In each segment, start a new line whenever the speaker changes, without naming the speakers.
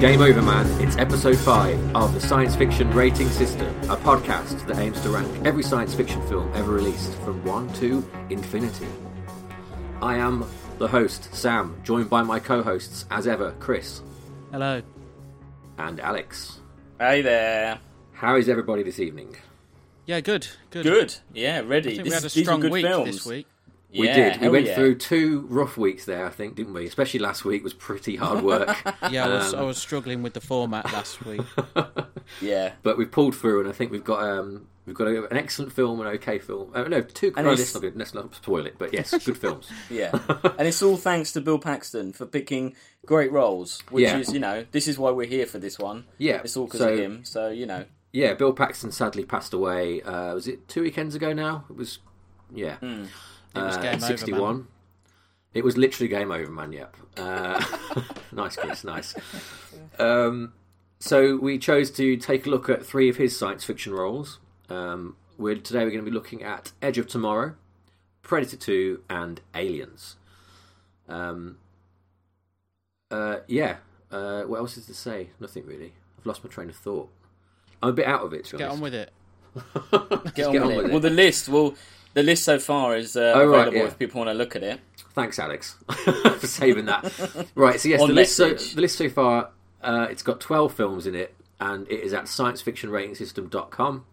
Game Over Man, it's episode 5 of the Science Fiction Rating System, a podcast that aims to rank every science fiction film ever released from 1 to infinity. I am the host, Sam, joined by my co hosts, as ever, Chris
Hello.
and Alex.
Hey there.
How is everybody this evening?
Yeah, good. Good.
Good. Yeah, ready.
I think
this,
we had a
these are
strong
good
week
films.
this week.
We
Yeah,
did. We
hell
went
yeah.
through two rough weeks there, I think, didn't we? Especially last week was pretty hard work.
Yeah, I was, I was struggling with the format last week.
Yeah.
but we've pulled through, and I think we've got um, we've got a, an excellent film, an okay film. Uh, no, two.
And
no, let's
it's-
not, let's not spoil it. But yes, good films.
Yeah. and it's all thanks to Bill Paxton for picking great roles, which
Yeah.
is, you know, this is why we're here for this one.
Yeah,
It's all because
so-
of him. So, you know.
Yeah, Bill Paxton sadly passed away. Uh, was it two weekends ago now? It was, yeah,
Hmm. It was
uh,
game over. Man.
sixty-one. It was literally game over, man. Yep. Uh, nice, Chris. Nice. Um, so we chose to take a look at three of his science fiction roles. Um, we're today we're going to be looking at Edge of Tomorrow, Predator Two, and Aliens. Um, uh, yeah. Uh, what else is to say? Nothing really. I've lost my train of thought. I'm a bit out of it. To be
Get
honest.
on with it.
Get, on,
get
with, it. Well, the list, well, the list so far is uh,
Oh, right,
available
yeah.
if people want to look at it.
Thanks, Alex, for saving that. right, so yes, the
On
list so,
message.
the list so far, uh, it's got 12 films in it, and it is at sciencefictionratingsystem.com.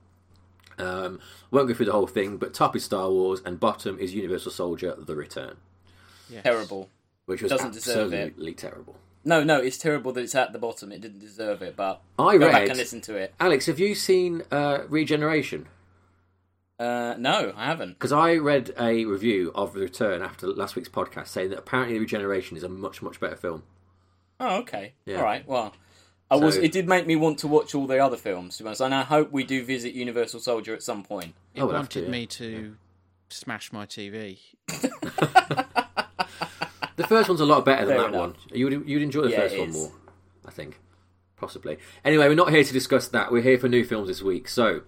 Um, won't go through the whole thing, but top is Star Wars, and bottom is Universal Soldier: The Return,
Yes.
Terrible.
which was
Doesn't deserve it.
absolutely terrible.
No, no, it's terrible that it's at the bottom. It didn't deserve it, but
I
go back
read.
and listen to it.
Alex, have you seen uh, Regeneration?
Uh, no, I haven't.
Because I read a review of The Return after last week's podcast saying that apparently Regeneration is a much, much better film.
Oh, okay.
Yeah.
All right. Well, I was.
So-
It did make me want to watch all the other films, to be honest. And I hope we do visit Universal Soldier at some point.
It
I would have
wanted
to,
me to smash my TV.
The first one's a lot better than
Fair
that one.
enough.
You'd, you'd enjoy the
Yeah,
first
it
one
is.
more, I think. Possibly. Anyway, we're not here to discuss that. We're here for new films this week. So,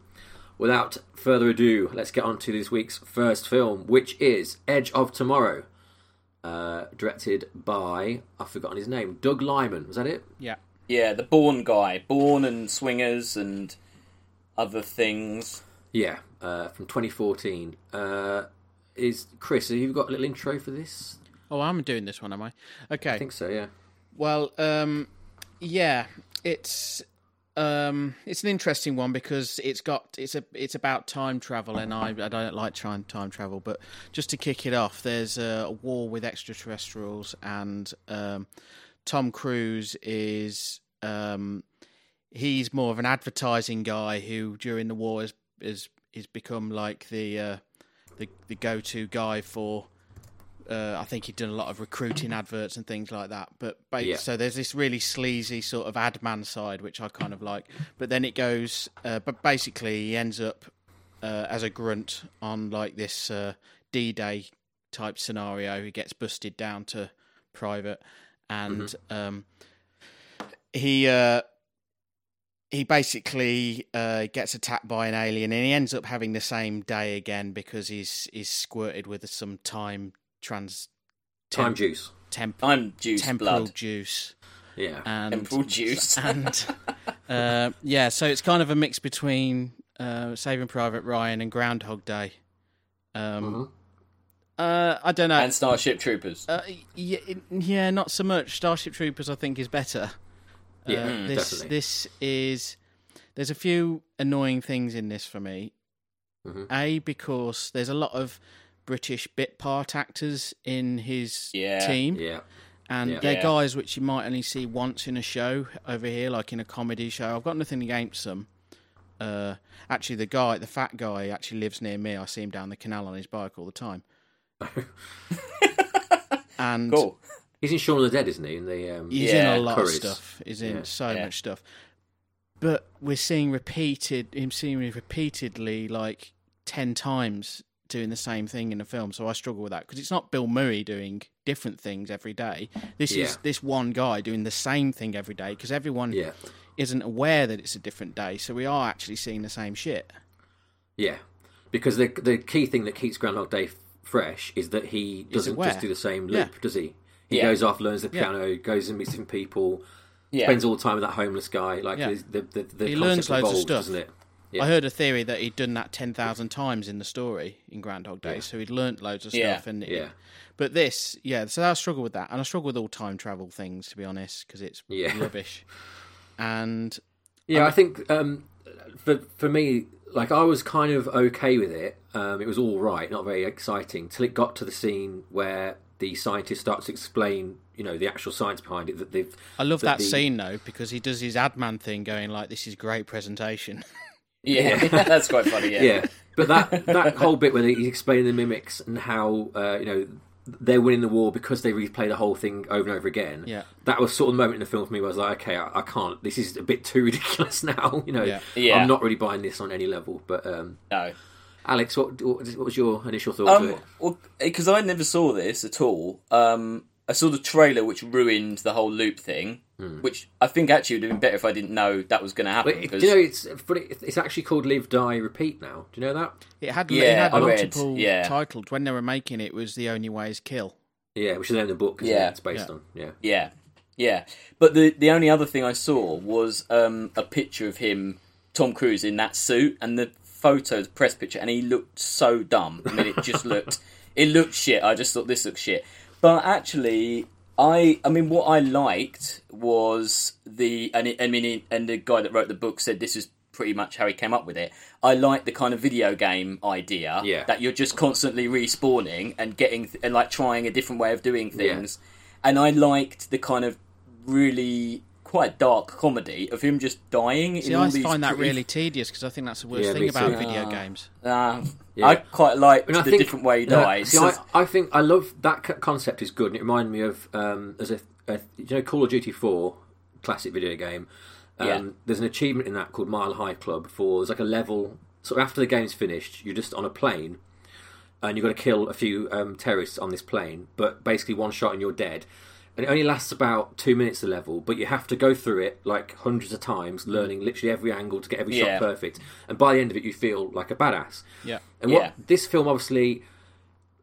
without further ado, let's get on to this week's first film, which is Edge of Tomorrow, uh, directed by, I've forgotten his name, Doug Lyman. Was that it?
Yeah.
Yeah, the Born guy, Born and Swingers and other things.
Yeah, uh, from 2014. Uh, is Chris, have you got a little intro for this?
Oh, I'm doing this one, am I? Okay.
I think so, yeah.
Well, um, yeah, it's um, it's an interesting one because it's got it's a it's about time travel, and I I don't like time time travel, but just to kick it off, there's a war with extraterrestrials, and um, Tom Cruise is um, he's more of an advertising guy who during the war has has, has become like the uh, the the go to guy for uh, I think he'd done a lot of recruiting adverts and things like that. But ba-
Yeah.
so there's this really sleazy sort of ad man side, which I kind of like. But then it goes, uh, but basically he ends up uh, as a grunt on like this uh, D Day type scenario. He gets busted down to private, and
Mm-hmm.
um, he. Uh, he basically uh, gets attacked by an alien and he ends up having the same day again because he's he's squirted with some time trans
Time
temp,
Juice.
temp,
I'm juice
temporal
blood.
juice
Yeah.
and
Temporal juice.
and uh, yeah so it's kind of a mix between uh, Saving Private Ryan and Groundhog Day
Mm-hmm.
um uh, I don't know
and Starship Troopers.
uh, yeah, yeah, not so much. Starship Troopers, I think, is better. Uh,
Yeah, mm,
this
definitely.
this is. There's a few annoying things in this for me.
Mm-hmm.
A because there's a lot of British bit part actors in his
Yeah.
team,
yeah.
and
Yeah.
they're
Yeah.
guys which you might only see once in a show over here, like in a comedy show. I've got nothing against them. Uh, actually, the guy, the fat guy, actually lives near me. I see him down the canal on his bike all the time. and
cool.
He's in Shaun of the Dead, isn't he? In the um,
He's
Yeah.
in a lot
Curries.
of stuff. He's in
Yeah.
so
Yeah.
much stuff. But we're seeing repeated him seeing it repeatedly like ten times doing the same thing in a film. So I struggle with that because it's not Bill Murray doing different things every day. This
Yeah.
is this one guy doing the same thing every day because everyone
Yeah.
isn't aware that it's a different day. So we are actually seeing the same shit.
Yeah, because the the key thing that keeps Groundhog Day f- fresh is that he doesn't
aware.
just do the same
Yeah.
loop, does he? He
Yeah.
goes off, learns the piano, goes and meets some people,
Yeah.
spends all the time with that homeless guy. Like
Yeah.
the the, the, the
He
concept
learns loads of
evolves,
stuff.
doesn't it? Yeah.
I heard a theory that he'd done that ten thousand times in the story in Groundhog Day, so he'd learnt loads of
Yeah.
stuff. And it-
Yeah.
but this, yeah, so I struggle with that, and I struggle with all time travel things to be honest because it's
Yeah.
rubbish. And
Yeah, I think um, for for me, like I was kind of okay with it. Um, it was all right, not very exciting, till it got to the scene where the scientist starts to explain, you know, the actual science behind it. That they've
I love that
the-
scene though because he does his ad man thing, going like, "This is great presentation."
yeah. that's quite funny. Yeah.
yeah. But that that whole bit where he's explaining the mimics and how uh, you know they're winning the war because they replay the whole thing over and over again.
Yeah.
that was sort of the moment in the film for me where I was like, okay, I, I can't. This is a bit too ridiculous now. You know,
Yeah.
Yeah.
I'm not really buying this on any level. But um,
No.
Alex, what, what what was your initial thoughts of
Um,
it?
well, because I never saw this at all. Um, I saw the trailer, which ruined the whole loop thing. Which I think actually would have been better if I didn't know that was going to happen.
Hmm. But it-
'cause-
do you know it's but it, it's actually called Live Die Repeat now. Do you know that?
It had it
Yeah,
had
I read,
multiple
yeah.
titles when they were making it. Was the only way is kill.
Yeah, which is in the book. Isn't
Yeah.
it? it's based
Yeah.
on. Yeah,
yeah, yeah. But the the only other thing I saw was um, a picture of him, Tom Cruise in that suit, and the photo, the press picture, and he looked so dumb. I mean, it just looked, it looked shit. I just thought this looks shit. But actually, I, I mean, what I liked was the, and it, I mean, it- and the guy that wrote the book said this is pretty much how he came up with it. I like the kind of video game idea
Yeah.
that you're just constantly respawning and getting th- and like trying a different way of doing things. And I liked the kind of really quite dark comedy of him just dying.
See,
in all
I
these
find that
pretty-
really tedious because I think that's the worst
Yeah, me
thing about
too.
video games.
Ah,
Yeah.
I quite like
I mean, I
the
think-
different way he
No,
dies.
see, I, I think I love that c- concept is good, and it reminded me of um, as a, a you know Call of Duty Four classic video game. Um,
Yeah.
There's an achievement in that called Mile High Club for there's like a level. So after the game's finished, you're just on a plane, and you've got to kill a few um, terrorists on this plane. But basically, one shot and you're dead. And it only lasts about two minutes a level, but you have to go through it like hundreds of times, learning literally every angle to get every shot
Yeah.
perfect. And by the end of it, you feel like a badass.
Yeah,
And what
Yeah.
this film obviously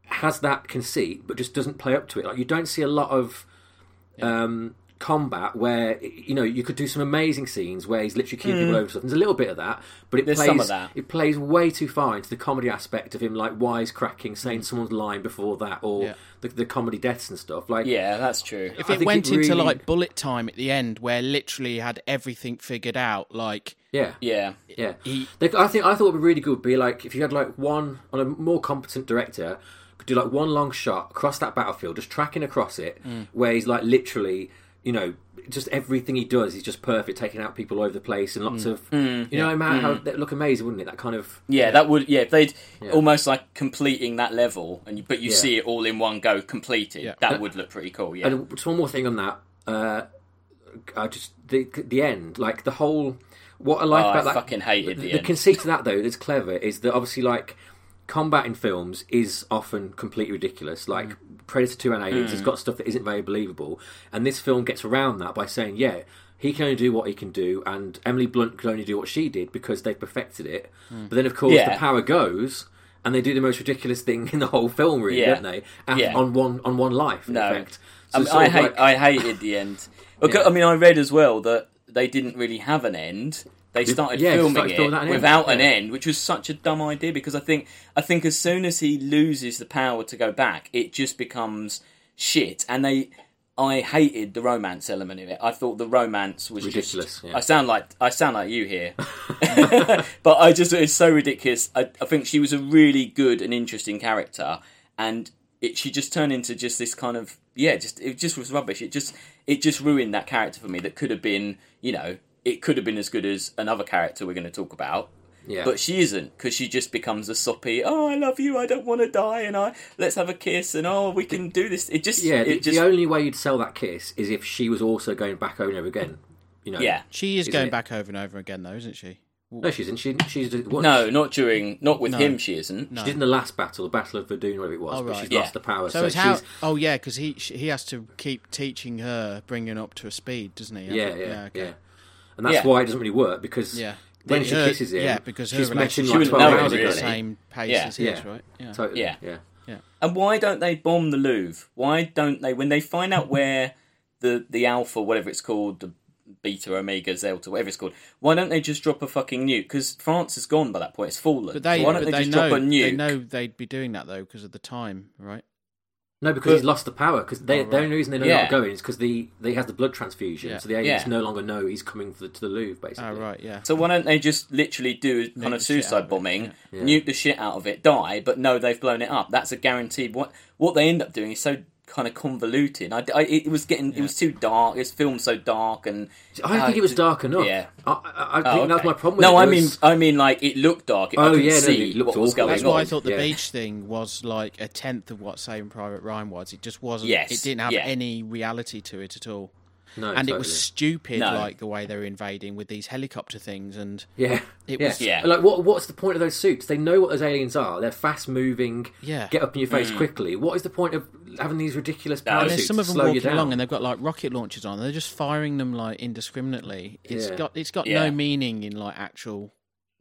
has that conceit, but just doesn't play up to it. Like you don't see a lot of um, combat where you know you could do some amazing scenes where he's literally keeping people over and stuff. There's a little bit of that, but it
Hmm. There's
plays
some of that.
it plays way too far into the comedy aspect of him like wisecracking,
Hmm.
saying someone's line before that, or
Yeah.
the, the comedy deaths and stuff. Like
yeah, that's true.
if
I
it
think
went
it
into
really-
like bullet time at the end, where literally he had everything figured out, like
yeah,
Yeah,
Yeah,
He-
They- I think I thought it would be really good would be like if you had like one on a more competent director could do like one long shot across that battlefield, just tracking across it,
Mm.
where he's like literally, you know, just everything he does is just perfect, taking out people all over the place and
Mm.
lots of, you know, man, how that look amazing, wouldn't it? That kind of
yeah, that would yeah. If they'd almost like completing that level, and you, but you
Yeah.
see it all in one go completed.
Yeah.
That would look pretty cool. Yeah,
And just one more thing on that. Uh, I just the the end, like the whole. What I like
Oh, I
about that,
fucking hated the end.
conceit to that though that's clever is that obviously like combat in films is often completely ridiculous.
Mm.
Like Predator Two and Aliens, it's got stuff that isn't very believable, and this film gets around that by saying, yeah. He can only do what he can do, and Emily Blunt can only do what she did because they perfected it. But then, of course,
Mm. Yeah.
the power goes, and they do the most ridiculous thing in the whole film, really,
Yeah.
don't they? And
Yeah.
On one on one life, in
No.
effect. So
I, mean,
it's sort
I
of
hate.
like-
I hated the end. Look, I mean, I read as well that they didn't really have an end. They started
yeah, they
filming
started filming
it
that end,
without an
yeah.
end, which was such a dumb idea because I think I think as soon as he loses the power to go back, it just becomes shit. And they, I hated the romance element of it. I thought the romance was just-
Ridiculous, yeah.
I sound like I sound like you here, but I just it's so ridiculous. I, I think she was a really good and interesting character, and it she just turned into just this kind of yeah, just it just was rubbish. It just it just ruined that character for me. That could have been you know it could have been as good as another character we're going to talk about.
Yeah.
But she isn't because she just becomes a soppy. Oh, I love you. I don't want to die, and I let's have a kiss, and oh, we can do this. It just
yeah,
it
the,
just
the only way you'd sell that kiss is if she was also going back over and over again. You know.
yeah
she is
Isn't
going
it?
back over and over again, though, isn't she?
No, she isn't. She she's what,
No, not during, not with him. She isn't.
She did in the last battle, the Battle of Verdun, whatever it was,
Oh,
but
right.
she's
Yeah.
lost the power.
So,
So,
it's how?
she's
Oh yeah, because he she- he has to keep teaching her, bringing her up to a speed, doesn't he?
yeah, yeah, yeah,
okay.
and that's
Yeah.
why it doesn't really work because
Yeah.
when
The-
she
her-
kisses him,
yeah, because her
she's matching
relationship
like
She wouldn't
twelve
know it,
hours
At
ago.
the
really.
same pace
Yeah.
as his,
Yeah.
right? Yeah.
Totally.
Yeah.
yeah.
And why don't they bomb the Louvre? Why don't they, when they find out where the the Alpha, whatever it's called, the Beta, Omega, Delta, whatever it's called, why don't they just drop a fucking nuke? Because France is gone by that point. It's fallen.
But they,
So why don't
but
they, just
know,
drop a nuke?
They know they'd be doing that though because of the time, right?
No, because he's lost the power. Because they, the only reason they know
Yeah.
not going is because the they has the blood transfusion,
Oh, Yeah.
so the aliens
Yeah.
no longer know he's coming for the, to the Louvre. Basically,
Oh, right, yeah.
So why don't they just literally do a
the shit out
kind of
of
suicide
it,
bombing,
yeah.
nuke the shit out of it, die? But no, they've blown it up. That's a guaranteed. What what they end up doing is so kind of convoluted. I, I- it was getting it was too dark. It was filmed so dark, and
I don't think it was dark enough.
Uh, yeah.
I, I, I
Oh,
think that's
okay.
my problem. With
No,
it.
I
There
mean,
was-
I mean, like it looked dark. I
Oh,
couldn't
yeah, no,
see
it looked
what was
awful.
going
That's
Hang
on.
why I thought the
yeah.
beach thing was like a tenth of what Saving Private Ryan was. It just wasn't.
Yes,
It didn't have
yeah.
any reality to it at all.
no,
and it
totally.
was stupid,
No.
like the way they were invading with these helicopter things. And
Yeah.
It
yeah.
was-
Yeah.
Like, what? What's the point of those suits? They know what those aliens are. They're fast moving.
Yeah.
Get up in your
Hmm.
face quickly. What is the point of having these ridiculous power
And
there's
suits
some of
to
them
slow you
walking
down?
along, and they've got like rocket launchers on. and They're just firing them like indiscriminately. It's
Yeah.
got it's got
Yeah.
no meaning in like actual.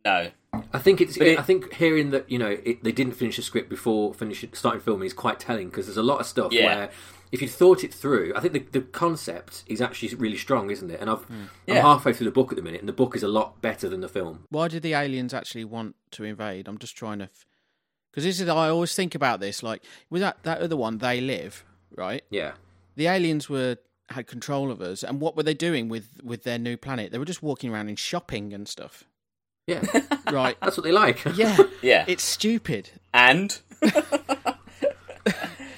No,
I think it's.
it-
I think hearing that you know it, they didn't finish the script before finish, starting filming is quite telling because there's a lot of stuff
Yeah.
where if you'd thought it through, I think the, the concept is actually really strong, isn't it? And I've
Hmm.
Yeah.
I'm halfway through the book at the minute, and the book is a lot better than the film.
Why did the aliens actually want to invade? I'm just trying to. Because this is I always think about this. Like with that that other one, they live right.
Yeah,
the aliens were had control of us and what were they doing with with their new planet they were just walking around and shopping and stuff
yeah,
right
that's what they like.
yeah
Yeah.
it's stupid
and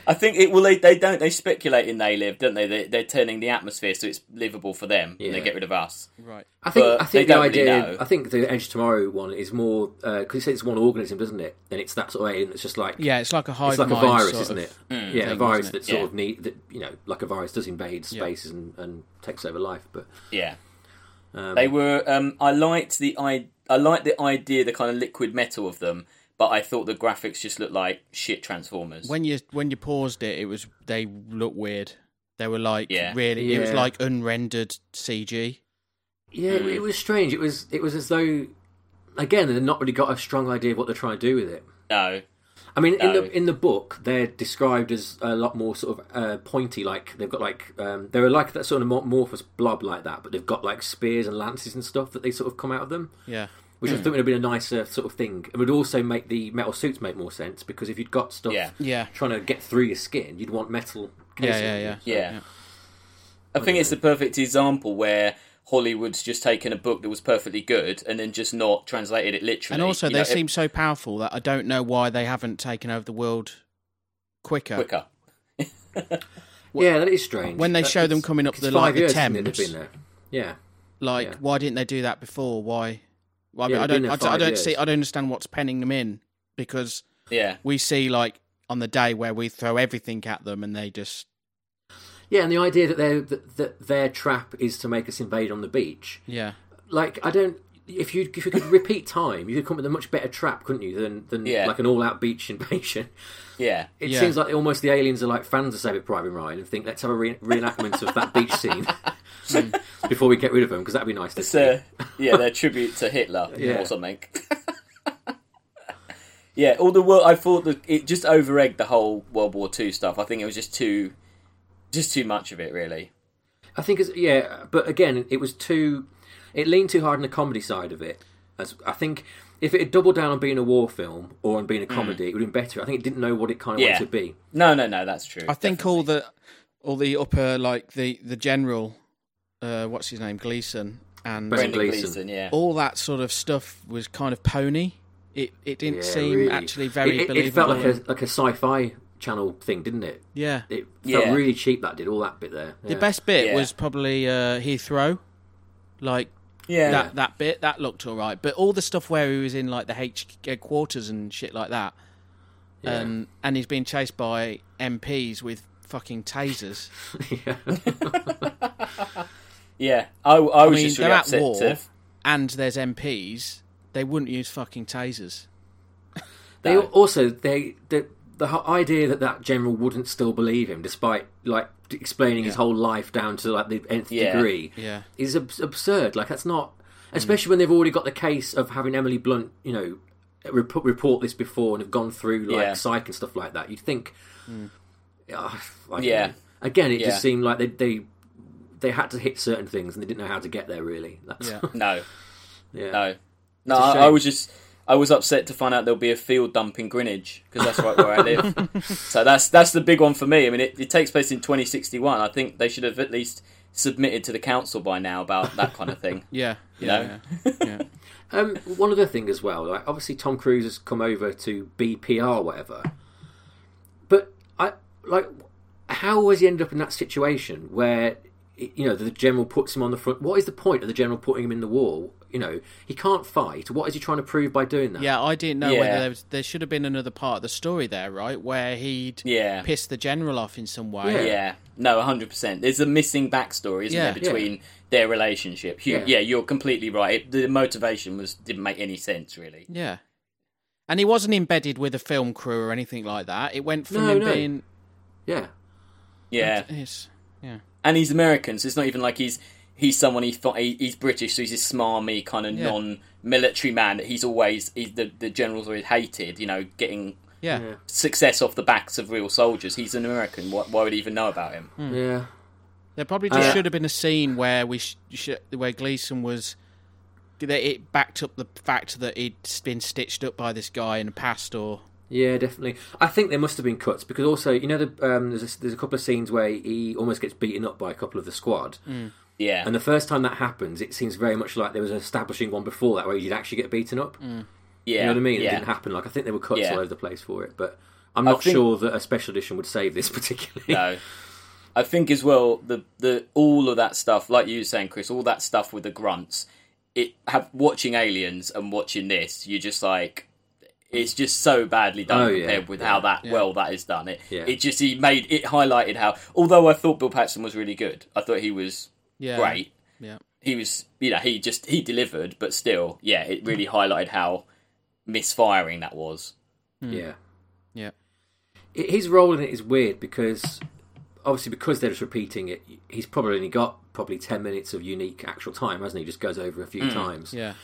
I think it. Well, they, they don't. They speculate in they live, don't they? they? They're turning the atmosphere so it's livable for them, and they
Yeah.
get rid of us.
right
I think
But
I think
they
the
don't really
idea.
know.
I think the Edge of Tomorrow one is more uh, because it's, it's one organism, doesn't it? And it's that sort of alien that's just like
yeah it's like a hive
it's like a
mind
virus,
sort
isn't
of-
it? yeah, a
thing,
virus
isn't it?
that sort
Yeah.
of need that you know, like a virus does invade spaces and, and takes over life. But
Yeah. they were. Um, I liked the I. I liked the idea, the kind of liquid metal of them, but I thought the graphics just looked like shit Transformers.
when you when you paused it it was they looked weird they were like
Yeah.
really it was
Yeah.
like unrendered cg
yeah, it, it was strange. It was it was as though again they've not really got a strong idea of what they're trying to do with it.
no,
I mean, in
No.
the in the book, they're described as a lot more sort of uh, pointy. Like they've got like um, they're like that sort of amorphous blob like that, but they've got like spears and lances and stuff that they sort of come out of them.
yeah
which I
Hmm.
think would have been a nicer sort of thing. It would also make the metal suits make more sense because if you'd got stuff
Yeah.
Yeah.
trying to get through your skin, you'd want metal.
yeah
Casing.
yeah yeah
Yeah. I think it's the perfect example where Hollywood's just taken a book that was perfectly good and then just not translated it literally.
and also
You
they
know,
seem so powerful that i don't know why they haven't taken over the world quicker,
quicker.
Yeah, that is strange.
when they
That-
show them
it's-
coming up
it's
the
five
like the
years, isn't it,
thames
they've been there. Yeah,
Like, why didn't they do that before? Why? Well, I, mean,
Yeah,
I
they've
don't.
been there
I, don't- I
five
don't
years.
see. I don't understand what's penning them in because
Yeah.
we see like on the day where we throw everything at them and they just
yeah, and the idea that their that, that their trap is to make us invade on the beach.
yeah.
Like I don't. If you if you could repeat time, you could come up with a much better trap, couldn't you? Than than
Yeah.
like an all out beach invasion.
Yeah.
It
Yeah.
seems like almost the aliens are like fans of Saving Private Ryan and think let's have a re- reenactment of that beach scene
Hmm.
before we get rid of them because that'd be nice to see.
So, uh, yeah, their tribute to Hitler
Yeah.
or something. yeah, all the world. I thought that it just over egged the whole World War Two stuff. I think it was just too, just too much of it, really.
I think it's yeah, but again, it was too. It leaned too hard on the comedy side of it. As I think, if it had doubled down on being a war film or on
Hmm.
being a comedy, it would have been better. I think it didn't know what it kind of
Yeah.
wanted to be.
No, no, no, that's true.
I think all the all the upper like the the general, uh, what's his name, Gleason, and
Brendan
Brendan
Gleeson.
Gleeson, yeah.
all that sort of stuff was kind of pony. It it didn't
Yeah,
seem
really.
actually very
It, it,
believable.
it felt like a like a sci-fi channel thing, didn't it?
yeah.
It felt
Yeah.
really cheap. That did all that bit there.
The
Yeah.
best bit
Yeah.
was probably uh, Heathrow, like
yeah,
that that bit that looked all right but all the stuff where he was in like the HQ quarters and shit like that and and he's being chased by MPs with fucking tasers
yeah.
yeah. I, I was
mean,
just
they're
really
at
upset
war.
to
and there's MPs, they wouldn't use fucking tasers.
They also they the the ho- idea that that general wouldn't still believe him, despite like d- explaining his whole life down to like the nth
Yeah. Mm.
degree,
Yeah.
is ab- absurd. Like that's not, especially when they've already got the case of having Emily Blunt, you know, rep- report this before and have gone through like
Yeah. Mm.
psych and stuff like that. You'd think, Ah, I don't
Yeah.
know. Again, it
Yeah.
just seemed like they they they had to hit certain things and they didn't know how to get there. Really, that's,
Yeah.
No,
yeah.
no,
It's
no.
a
I,
shame.
I was just, I was upset to find out there'll be a field dump in Greenwich because that's right where I live. so that's that's the big one for me. I mean, it, it takes place in 2061. I think they should have at least submitted to the council by now about that kind of thing.
Yeah.
know?
Yeah. yeah, yeah.
Um, one other thing as well, like obviously Tom Cruise has come over to BPR, whatever. But I like, how has he ended up in that situation where you know the general puts him on the front? What is the point of the general putting him in the wall? You know he can't fight. What is he trying to prove by doing that?
Yeah, I didn't know
Yeah.
whether there, was, there should have been another part of the story there, right? Where he'd
Yeah.
pissed the general off in some way.
Yeah.
Yeah, no, hundred percent. There's a missing backstory, isn't
Yeah.
there, between their relationship? You,
Yeah.
yeah. you're completely right. It, the motivation was didn't make any sense, really.
Yeah. And he wasn't embedded with a film crew or anything like that. It went from
No,
him
no.
being.
yeah,
Yeah,
Yes. Yeah.
and he's American, so it's not even like he's he's someone he, fi- he he's British, so he's this smarmy kind of
Yeah.
non-military man that he's always he's the the generals always hated. You know, getting
Yeah.
Yeah.
success off the backs of real soldiers. He's an American. Why, why would he even know about him?
yeah.
There probably just
Uh,
should have been a scene where we sh- sh- where Gleason was. That it backed up the fact that he'd been stitched up by this guy in the past, or
Yeah, definitely. I think there must have been cuts because also, you know, the, um, there's a, there's a couple of scenes where he almost gets beaten up by a couple of the squad,
Yeah,
and the first time that happens, it seems very much like there was an establishing one before that where he did actually get beaten up.
yeah,
You know what I mean? It
Mm. Yeah.
didn't happen. Like I think there were cuts
Yeah.
all over the place for it, but I'm not
think-
sure that a special edition would save this particularly.
No. I think as well the the all of that stuff, like you were saying, Chris, all that stuff with the grunts. It have watching Aliens and watching this, you're just like, it's just so badly done
Oh, yeah,
compared with how that well that is done. It
Yeah.
it just he made it highlighted how. Although I thought Bill Paxton was really good, I thought he was
yeah,
great.
yeah,
He was you know he just he delivered, but still, yeah, it really highlighted how misfiring that was.
Yeah,
Hmm.
yeah,
I- his role in it is weird because obviously because they're just repeating it, he's probably only got probably ten minutes of unique actual time, hasn't he? Just goes over a few
Hmm.
times,
yeah,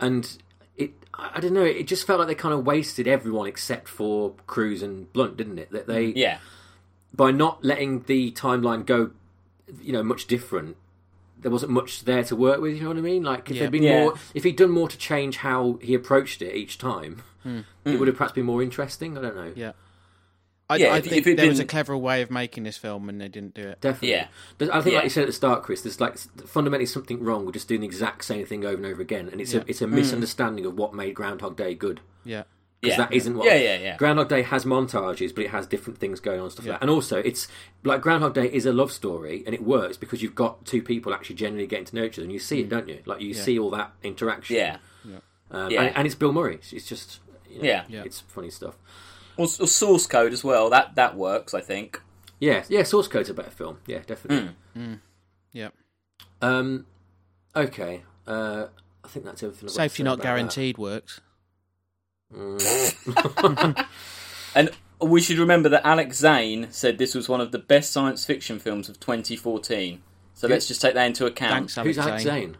and it I I don't know. It just felt like they kind of wasted everyone except for Cruz and Blunt, didn't it? That they
Yeah,
by not letting the timeline go, you know, much different, there wasn't much there to work with. You know what I mean? Like if
Yeah.
there'd been
Yeah.
more, if he'd done more to change how he approached it each time,
Hmm.
it would have perhaps been more interesting. I don't know.
yeah. I,
Yeah,
I
if-
think
if it'd
there was a
been-
clever way of making this film, and they didn't do it.
Definitely.
Yeah.
There's- I think,
Yeah.
like you said at the start, Chris, there's like s- fundamentally something wrong. We're just doing the exact same thing over and over again, and it's a
Hmm.
it's a misunderstanding of what made Groundhog Day good.
Yeah,
yeah,
Because that isn't what.
Yeah, yeah, yeah.
Groundhog Day has montages, but it has different things going on and stuff like that. And also, it's like Groundhog Day is a love story, and it works because you've got two people actually generally getting to know each other, and you see it, don't you? Like you see all that interaction.
Mm. yeah.
Um,
Yeah.
And, and it's Bill Murray. It's, it's just. You know,
Yeah.
Yeah.
It's funny stuff.
Well, s- source code as well. That that works, I think.
Yeah. Yeah. Source Code's a better film. Yeah, definitely.
yeah.
Mm.
Um. Okay. Uh. I think that's everything. I've got to
Safety
say
not
about that.
guaranteed works.
And we should remember that Alex Zane said this was one of the best science fiction films of 2014. So let's just take that into account.
Thanks, Alex.
Who's Alex Zane?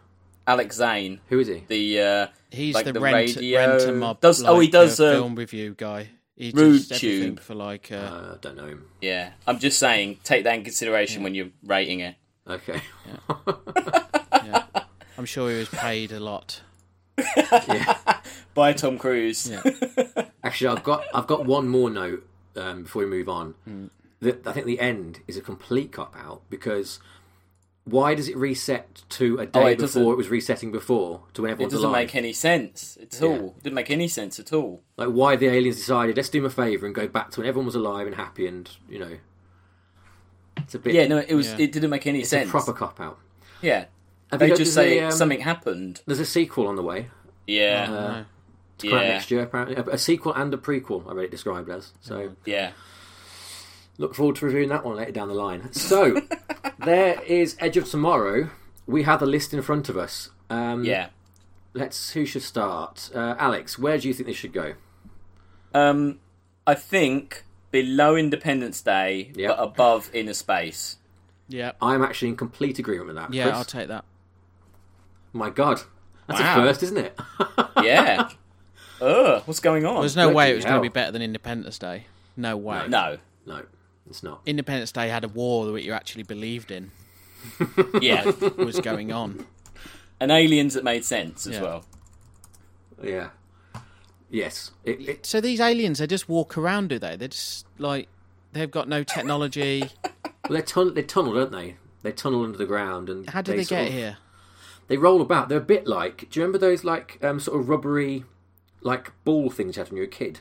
Alex Zane,
Who is he?
the uh,
He's
like
the,
the
rent,
radio-
renter mob.
does- oh, he
like,
does, uh,
film review guy. He
Rude
does everything
Tube.
for like. Uh,
Uh, don't know him.
yeah. I'm just saying, take that in consideration when you're rating it.
Okay.
I'm sure he was paid a lot.
By Tom Cruise. Yeah.
Actually, I've got I've got one more note um, before we move on.
Hmm.
That I think the end is a complete cop out because why does it reset to a day
Oh, it doesn't-
before it was resetting before to when
It
everyone's
doesn't
alive?
make any sense at all. Didn't make any sense at all.
Like why the aliens decided let's do him a favour and go back to when everyone was alive and happy and you know it's a bit
Yeah, no, it was.
Yeah.
It didn't make any
it's
sense.
a proper cop out.
Yeah,
Have
they
you noticed
just say
the, um,
something happened.
There's a sequel on the way.
Yeah,
No.
It's coming out
Yeah.
next year apparently. A, a sequel and a prequel. I read it described as so.
yeah.
Look forward to reviewing that one later down the line. So, there is Edge of Tomorrow. We have the list in front of us. Um,
Yeah.
Let's. Who should start? Uh, Alex, where do you think this should go?
Um, I think below Independence Day,
Yeah.
but above Inner Space.
Yeah,
uh,
I'm actually in complete agreement with that.
yeah,
Chris?
I'll take that.
My God, that's
Wow.
a first, isn't it?
Yeah. Ugh, what's going on?
There's no
Bloody
way it was going
hell.
to be better than Independence Day. No way.
no.
no, it's not.
Independence Day had a war that you actually believed in
Yeah.
was going on.
and aliens that made sense as
Yeah.
well.
Yeah. Yes. It, it,
so these aliens, they just walk around, do they? They're just like they've got no technology.
well, they're, tun- they tunnel, don't they? They tunnel under the ground, and
How did they,
sort
get
of-
here?
They roll about. They're a bit like. Do you remember those like um, sort of rubbery, like ball things you had when you were a kid,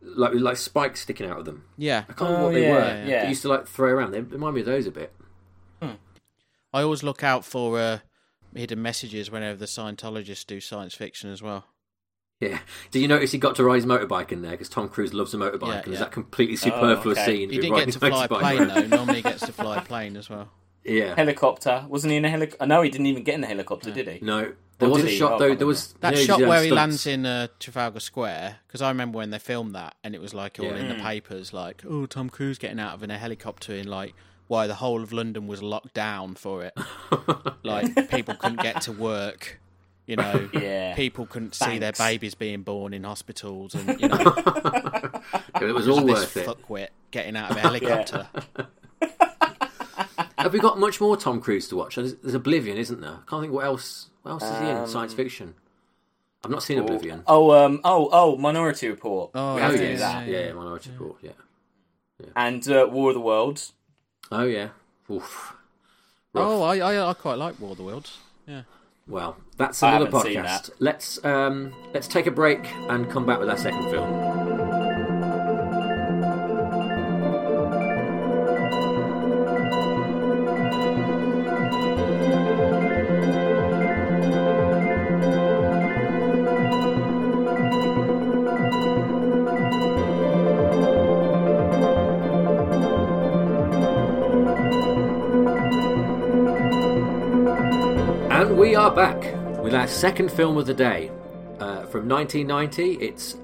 like with, like spikes sticking out of them?
Yeah,
I can't remember
Oh,
what they
yeah,
were.
yeah.
They used to like throw around. They remind me of those a bit.
I always look out for uh, hidden messages whenever the Scientologists do science fiction as well.
Yeah. Did you notice he got to ride his motorbike in there because Tom Cruise loves a motorbike,
Yeah,
and there's
yeah. Oh,
that completely superfluous
okay.
scene?
He
of him riding
didn't get to
his
fly a
motorbike
plane
around.
though. Normally, he gets to fly a plane as well.
Yeah.
Helicopter. Wasn't he in a helicopter? No, he didn't even get in a helicopter, did he?
No. There
Or
was
did
a
he?
shot
Oh,
though.
can't
There was
That
you know,
shot
he's
where
done
he
stunts.
lands in uh, Trafalgar Square, because I remember when they filmed that, and it was like all in the papers, like, "Oh, Tom Cruise getting out of in a helicopter," in like why the whole of London was locked down for it, like people couldn't get to work, you know,
Yeah.
people couldn't see their
Thanks.
babies being born in hospitals, and you know,
It was all
this
worth it.
fuckwit getting out of a helicopter.
Have we got much more Tom Cruise to watch? There's, there's Oblivion, isn't there? I can't think what else. What else is he in? Science fiction. I've not seen Oblivion.
Um, Oh, um, oh, oh, Minority Report.
Oh,
we
Oh
have to do
yes,
that.
yeah,
yeah,
yeah,
yeah.
Minority Report, yeah.
And uh, War of the Worlds.
Oh yeah. Oof.
Oh, I, I I quite like War of the Worlds. Yeah.
Well, that's
I
another
haven't seen
podcast.
that.
Let's um, let's take a break and come back with our second film. And we are back with our second film of the day. Uh, from 1990, it's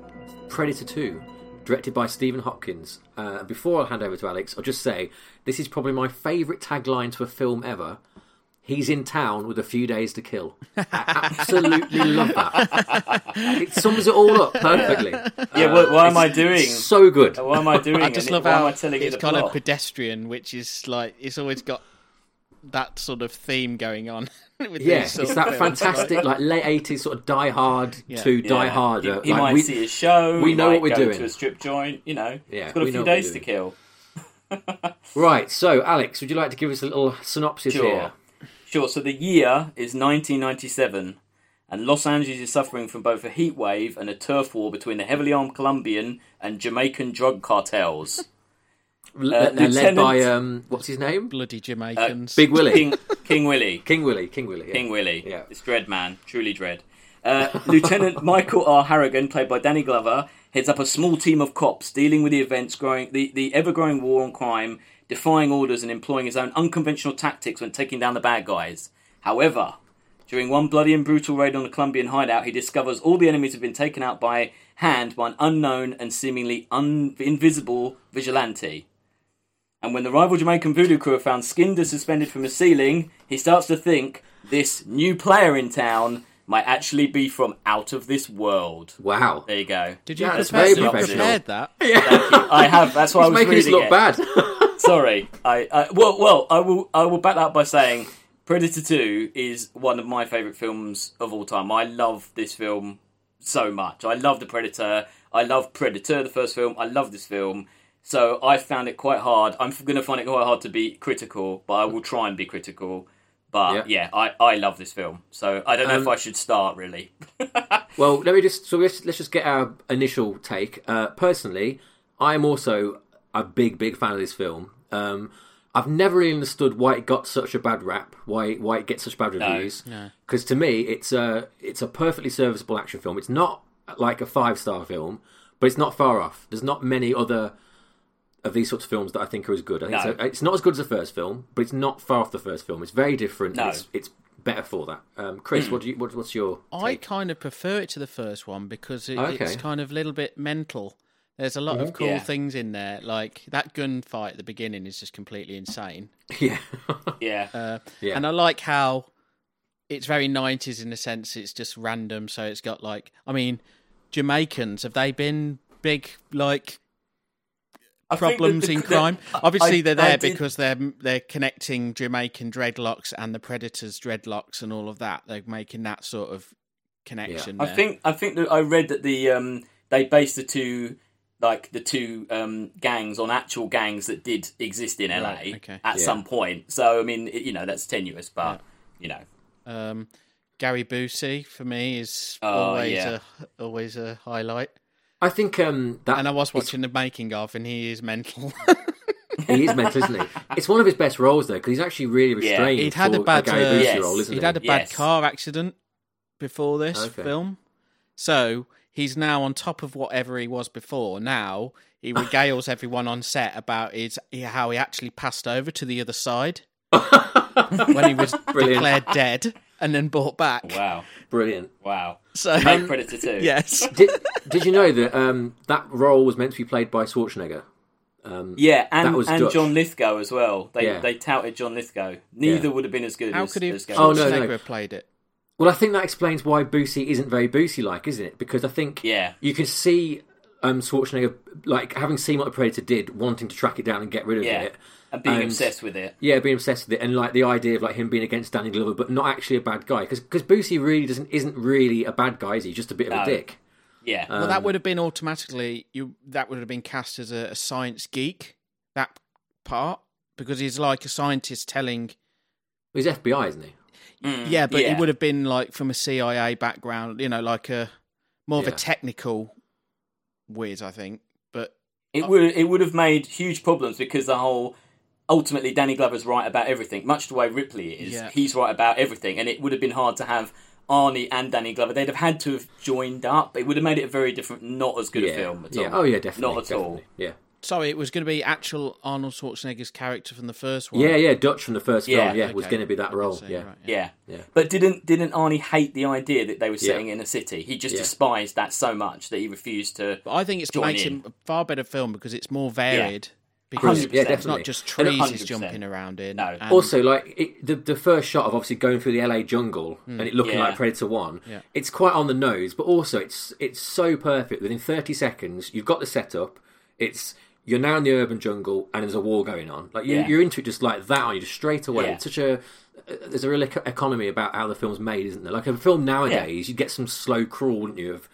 Predator 2, directed by Stephen Hopkins. Uh, before I hand over to Alex, I'll just say this is probably my favourite tagline to a film ever. He's in town with a few days to kill. I absolutely love that. It sums it all up perfectly.
Yeah, what, what am I
Uh,
doing?
So good.
What am I doing?
I just
And
love
why
how
am I telling you
it's
the
kind of
plot?
pedestrian, which is like it's always got that sort of theme going on. with these
Yeah,
sort
it's
of
that
films,
fantastic,
right?
like late eighties sort of Die Hard
Yeah.
to Die
Yeah.
Hard.
He,
uh,
he
like,
might
we-
see a show.
we
he
know what
might
we're
go
doing.
To a strip joint, you know.
Yeah,
he's got a
we know
few
what we're
days to
doing.
kill.
Right, so Alex, would you like to give us a little synopsis
Sure.
here?
Sure. So the year is 1997, and Los Angeles is suffering from both a heat wave and a turf war between the heavily armed Colombian and Jamaican drug cartels.
L- they're led
Uh, Lieutenant-
by um, what's his name?
bloody Jamaicans.
Big Willie, King,
King, King Willie.
Willie, King Willie. Yeah.
King Willie.
Yeah.
It's Dread Man. Truly Dread. Uh, Lieutenant Michael R. Harrigan, played by Danny Glover, heads up a small team of cops dealing with the events growing, the, the ever growing war on crime, defying orders and employing his own unconventional tactics when taking down the bad guys. However, during one bloody and brutal raid on the Colombian hideout, he discovers all the enemies have been taken out by hand by an unknown and seemingly un- invisible vigilante. And when the rival Jamaican voodoo crew are found skinned and suspended from a ceiling, he starts to think this new player in town might actually be from out of this world.
Wow,
There you go.
Did you
Yeah, it's
prepare
very
you
professional.
prepared that?
I have. That's why I
he's
was
making us
reading
look
it.
bad.
Sorry. I, I well, well, I will. I will back that up by saying Predator Two is one of my favorite films of all time. I love this film so much. I love the Predator. I love Predator, the first film. I love this film. So I found it quite hard. I'm going to find it quite hard to be critical, but I will try and be critical. But yeah, I, I love this film. So I don't know if I should start really.
well, let me just so let's, let's just get our initial take. Uh, personally, I'm also a big, big fan of this film. Um, I've never really understood why it got such a bad rap, why why it gets such bad reviews. Because to me, it's a it's a perfectly serviceable action film. It's not like a five star film, but it's not far off. There's not many other of these sorts of films that I think are as good. I think
No.
it's, a- it's not as good as the first film, but it's not far off the first film. It's very different. and
No.
It's, it's better for that. Um, Chris, what do you? What, what's your?
I kind of prefer it to the first one because it, it's
Okay. Mm-hmm.
kind of a little bit mental. There's a lot of cool
Yeah.
things in there, like that gunfight at the beginning is just completely insane.
Yeah,
Yeah.
Uh,
Yeah.
And I like how it's very 90s in the sense it's just random. So it's got like, I mean, Jamaicans, have they been big, like,
I think that
problems
the-
in
the-
crime?
I-
Obviously,
I-
they're
I
there
did-
because they're they're connecting Jamaican dreadlocks and the Predators' dreadlocks and all of that. They're making that sort of connection.
I
there.
think I think that I read that the um, they based the two like the two um, gangs on actual gangs that did exist in LA
Right, okay.
at
Yeah.
some point. So I mean, it, you know, that's tenuous, but you know,
Um, Gary Busey for me is
Oh,
always
yeah.
a always a highlight.
I think um, that
And I was watching the making of, and he is mental.
he is mental, isn't he? It's one of his best roles though, because he's actually really
Yeah.
restrained.
He'd had
for
a bad,
Gary
uh,
Busey
Yes.
role, isn't
He'd
he?
had a bad
Yes.
car accident before this
Okay.
film, so he's now on top of whatever he was before. Now he regales everyone on set about his how he actually passed over to the other side when he was
Brilliant.
declared dead and then brought back.
wow,
Brilliant.
wow,
So
and Predator too.
yes,
Did Did you know that um, that role was meant to be played by Schwarzenegger?
yeah, and
That was
and
Dutch.
John Lithgow as well. They
Yeah.
they touted John Lithgow. Neither
Yeah.
would have been as good.
how
as,
could he?
as Gary
Oh,
Schwarzenegger
no, no.
have played it?
Well, I think that explains why Boosie isn't very Boosie-like, isn't it? Because I think
Yeah.
you can see um, Schwarzenegger, like having seen what the Predator did, wanting to track it down and get rid of
Yeah,
it.
and being
And-
obsessed with it.
Yeah, being obsessed with it, and like the idea of like him being against Danny Glover, but not actually a bad guy, because Boosie really doesn't isn't really a bad guy, is he? He's Just a bit of
No.
a dick.
Yeah,
Well,
Um,
that would have been automatically you. That would have been cast as a, a science geek. That part because he's like a scientist telling.
He's FBI, isn't he? Mm,
yeah, but
yeah.
he would have been like from a CIA background. You know, like a more of
Yeah.
a technical whiz, I think. But
It would it would have made huge problems because the whole ultimately Danny Glover's right about everything, much the way Ripley is.
Yeah.
He's right about everything, and it would have been hard to have Arnie and Danny Glover. They'd have had to have joined up. It would have made it a very different, not as good
Yeah.
a film at
yeah.
all.
Oh yeah, definitely.
Not at all.
definitely. Yeah.
sorry, it was going to be actual Arnold Schwarzenegger's character from the first one.
Yeah, yeah. Dutch from the first film.
Yeah.
Yeah, was
Okay.
going to be that role.
So,
yeah.
right,
Yeah.
Yeah.
but didn't didn't Arnie hate the idea that they were
Yeah.
sitting in a city? He just
Yeah.
despised that so much that he refused to.
But I think it's
Join
makes
in.
him a far better film because it's more varied. Because
Brilliant.
Hundred
Yeah,
percent.
it's
definitely.
not just
And a
trees he's
hundred
jumping
percent.
around in.
No.
and-
also, like it, the the first shot of obviously going through the LA jungle and it looking
Yeah.
like Predator One.
Hmm. Yeah.
It's quite on the nose, but also it's it's so perfect. Within thirty seconds, you've got the setup. It's you're now in the urban jungle and there's a war going on. Like you,
Yeah.
you're into it just like that, aren't you? Just straight away.
Yeah.
It's such a uh, there's a real eco- economy about how the film's made, isn't there? Like a film nowadays, you'd get some slow crawl, wouldn't you? Of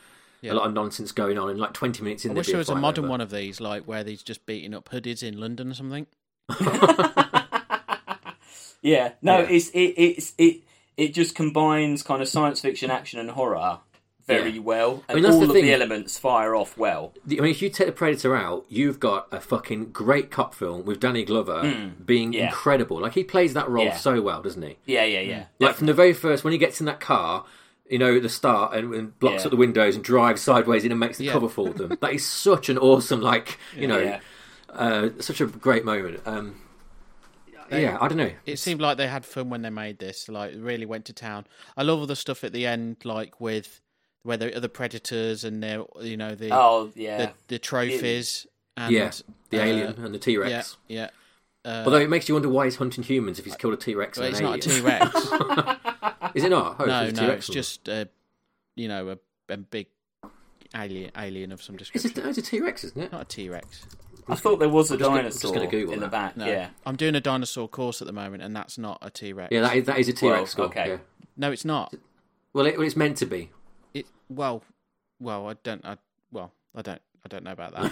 a lot of nonsense going on in like twenty minutes in.
I
there'd
wish
be
there was a
fight
modern
over.
one of these, like where they's just beating up hoodies in London or something.
Yeah, no,
Yeah.
it's it it's it it just combines kind of science fiction, action, and horror very
Yeah.
well, and
mean, that's
all
the
of
thing.
the elements fire off well.
I mean, if you take the Predator out, you've got a fucking great cop film with Danny Glover
Hmm.
being
yeah.
incredible. Like he plays that role
Yeah.
so well, doesn't he?
Yeah, yeah, yeah.
Like from the very first, when he gets in that car, you know, at the start and, and blocks
Yeah.
up the windows and drives sideways in and makes the
Yeah.
cover for them. that is such an awesome, like you know,
Yeah.
uh, such a great moment. Um, yeah, I don't know.
It seemed like they had fun when they made this. Like, really went to town. I love all the stuff at the end, like with where the other predators and their, you know, the
Oh yeah,
the, the trophies and
yeah, the
uh,
alien and the T
Yeah, uh,
Rex.
yeah.
Although it makes you wonder why he's hunting humans if he's killed a T Rex.
But
and
it's
an
not a
alien.
T Rex.
Is it not? Oh,
no,
it's a
no,
T-Rex
it's
one.
just a, you know, a, a big alien alien of some
It's,
description.
just, it's a T Rex, isn't it?
Not a T Rex.
I thought there was a
just gonna- I'm just
dinosaur
gonna Google
in the
that.
back.
No,
Yeah,
I'm doing a dinosaur course at the moment, and that's not a T Rex.
Yeah, that is, that is a T Rex skull.
okay.
yeah.
No, it's not.
Well, it, well, it's meant to be.
It well, well, I don't. I well, I don't. I don't know about that.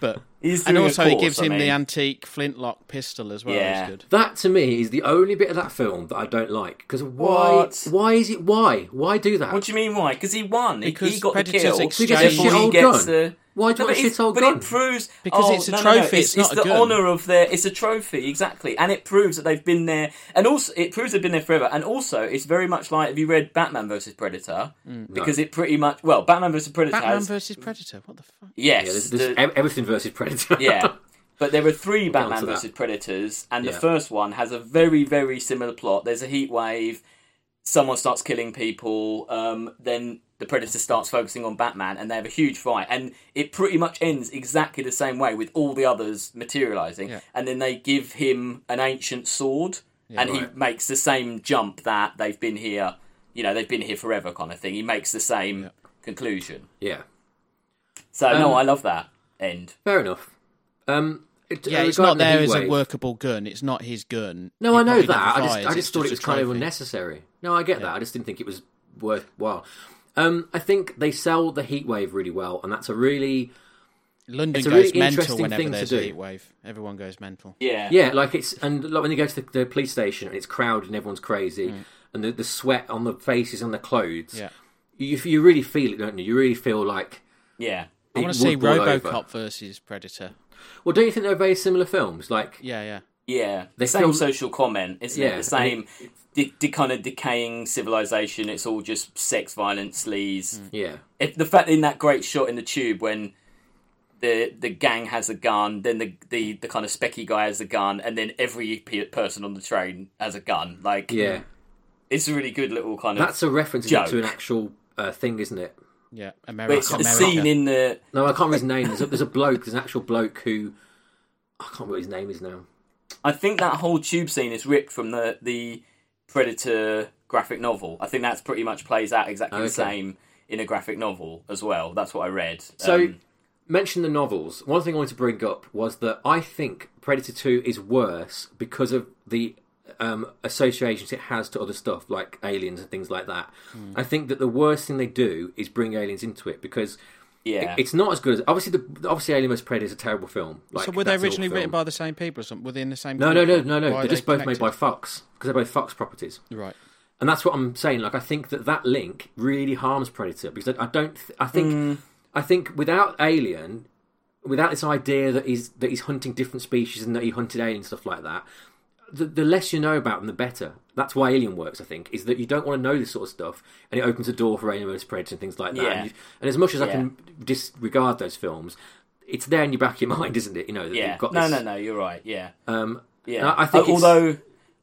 But
He's
and
doing a
also, it
course,
gives
I
him the
mean.
antique flintlock pistol as well.
Yeah.
Is good.
That to me is the only bit of that film that I don't like. Because why?
What?
Why is it? Why? Why do that?
What do you mean? Why? Because he won. He-
Because
he got
Predators
the kill.
exchange-
therefore
Because it's a
shit old gun.
the-
Why do you
No,
want a
but it's-
shit old
But
gun?
it proves
Because
oh,
it's a
no, no, no,
trophy, it's not a
the
gun.
honor of their. It's a trophy, exactly, and it proves that they've been there, and also it proves they've been there forever. And also, it's very much like have you read Batman versus Predator? Because it pretty much well, Batman versus Predator
Mm. Batman
has
versus Predator. What the fuck?
yes,
yeah, there's,
the-
there's ev everything versus Predator.
yeah. But there were three
on
Batman
to that.
versus Predators, and the
Yeah.
first one has a very, very similar plot. There's a heat wave. someone starts killing people, um, then the Predator starts focusing on Batman, and they have a huge fight, and it pretty much ends exactly the same way with all the others materializing,
Yeah.
and then they give him an ancient sword, and he
Right.
makes the same jump that they've been here, you know, they've been here forever kind of thing. He makes the same conclusion.
Yeah,
So no,
Um,
I love that end.
fair enough. Um, it,
Yeah,
uh,
it's not
regarding the
there
heat
as
wave-
a workable gun. It's not his gun.
No,
He
I know
probably
that. I
never
just,
fires,
I
it's
just thought it
a
was kind of
trophy.
unnecessary. No, I get that. I just didn't think it was worthwhile. Um, I think they sell the heat wave really well, and that's a really
London
It's a
goes
really
mental
interesting
whenever
thing to
there's
do.
a heat wave. Everyone goes mental.
Yeah.
yeah, like it's and like when you go to the, the police station and it's crowded and everyone's crazy and the, the sweat on the faces and the clothes.
Yeah.
you you really feel it, don't you? You really feel like
Yeah.
I want
it
to see
would boil over.
RoboCop versus Predator.
Well, don't you think they're very similar films? Like,
Yeah, yeah.
Yeah,
They
the same
feel-
social comment, isn't
Yeah,
it? The
and
same de- de- kind of decaying civilization. It's all just sex, violence, sleaze.
yeah,
If the fact in that great shot in the tube when the the gang has a gun, then the the, the kind of specky guy has a gun, and then every pe- person on the train has a gun. Like,
yeah.
it's a really good little kind of.
That's a reference
Joke.
to an actual uh, thing, isn't it?
Yeah,
But
America.
it's the
America.
scene in the
No, I can't remember his name. There's a, there's a bloke. There's an actual bloke who I can't remember what his name is now.
I think that whole tube scene is ripped from the the Predator graphic novel. I think that's pretty much plays out exactly
Okay.
the same in a graphic novel as well. That's what I read.
So,
Um,
mention the novels. One thing I wanted to bring up was that I think Predator Two is worse because of the um, associations it has to other stuff like aliens and things like that. I think that the worst thing they do is bring aliens into it because
yeah,
it's not as good as obviously the obviously Alien vs Predator is a terrible film. Like,
So were
that's
they
an awful
originally
film.
written by the same people or something? Were they in the same?
No, no, no,
company?
no, no.
Why are
They're just
they
both made by Fox because they're both Fox properties,
connected? Right.
and that's what I'm saying. Like, I think that that link really harms Predator because I I don't. Th- I think,
Mm.
I think without Alien, without this idea that he's that he's hunting different species and that he hunted aliens stuff like that, the, the less you know about them, the better. That's why Alien works. I think is that you don't want to know this sort of stuff, and it opens the door for Alien vs Predator and things like that.
Yeah.
And, you- and as much as I
Yeah.
can disregard those films. It's there in your back of your mind, isn't it? You know, that
yeah.
you've got
no,
this,
no, no. You're right. Yeah,
Um,
yeah.
I- I think
Al-
it's-
although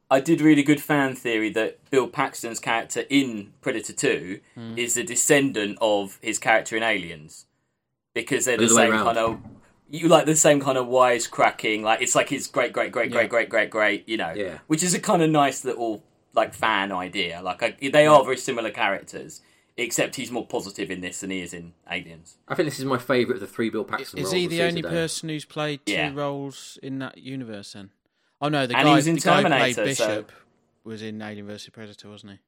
I did read a good fan theory that Bill Paxton's character in Predator Two
Hmm.
is a descendant of his character in Aliens because they're the,
The other way
same
round.
kind of. You like the same kind of wisecracking, like it's like his great, great, great, great, great, great, great, you know,
Yeah.
which is a kind of nice little like fan idea. Like I, they are very similar characters, except he's more positive in this than he is in Aliens.
I think this is my favourite of the three Bill Paxton
Is
roles
he
I've
the
seen
only
today.
person who's played two
Yeah.
roles in that universe? Then. Oh no, the
And he
guy
was in
the guy who played
Terminator, so-
Bishop was in Alien vs Predator, wasn't he?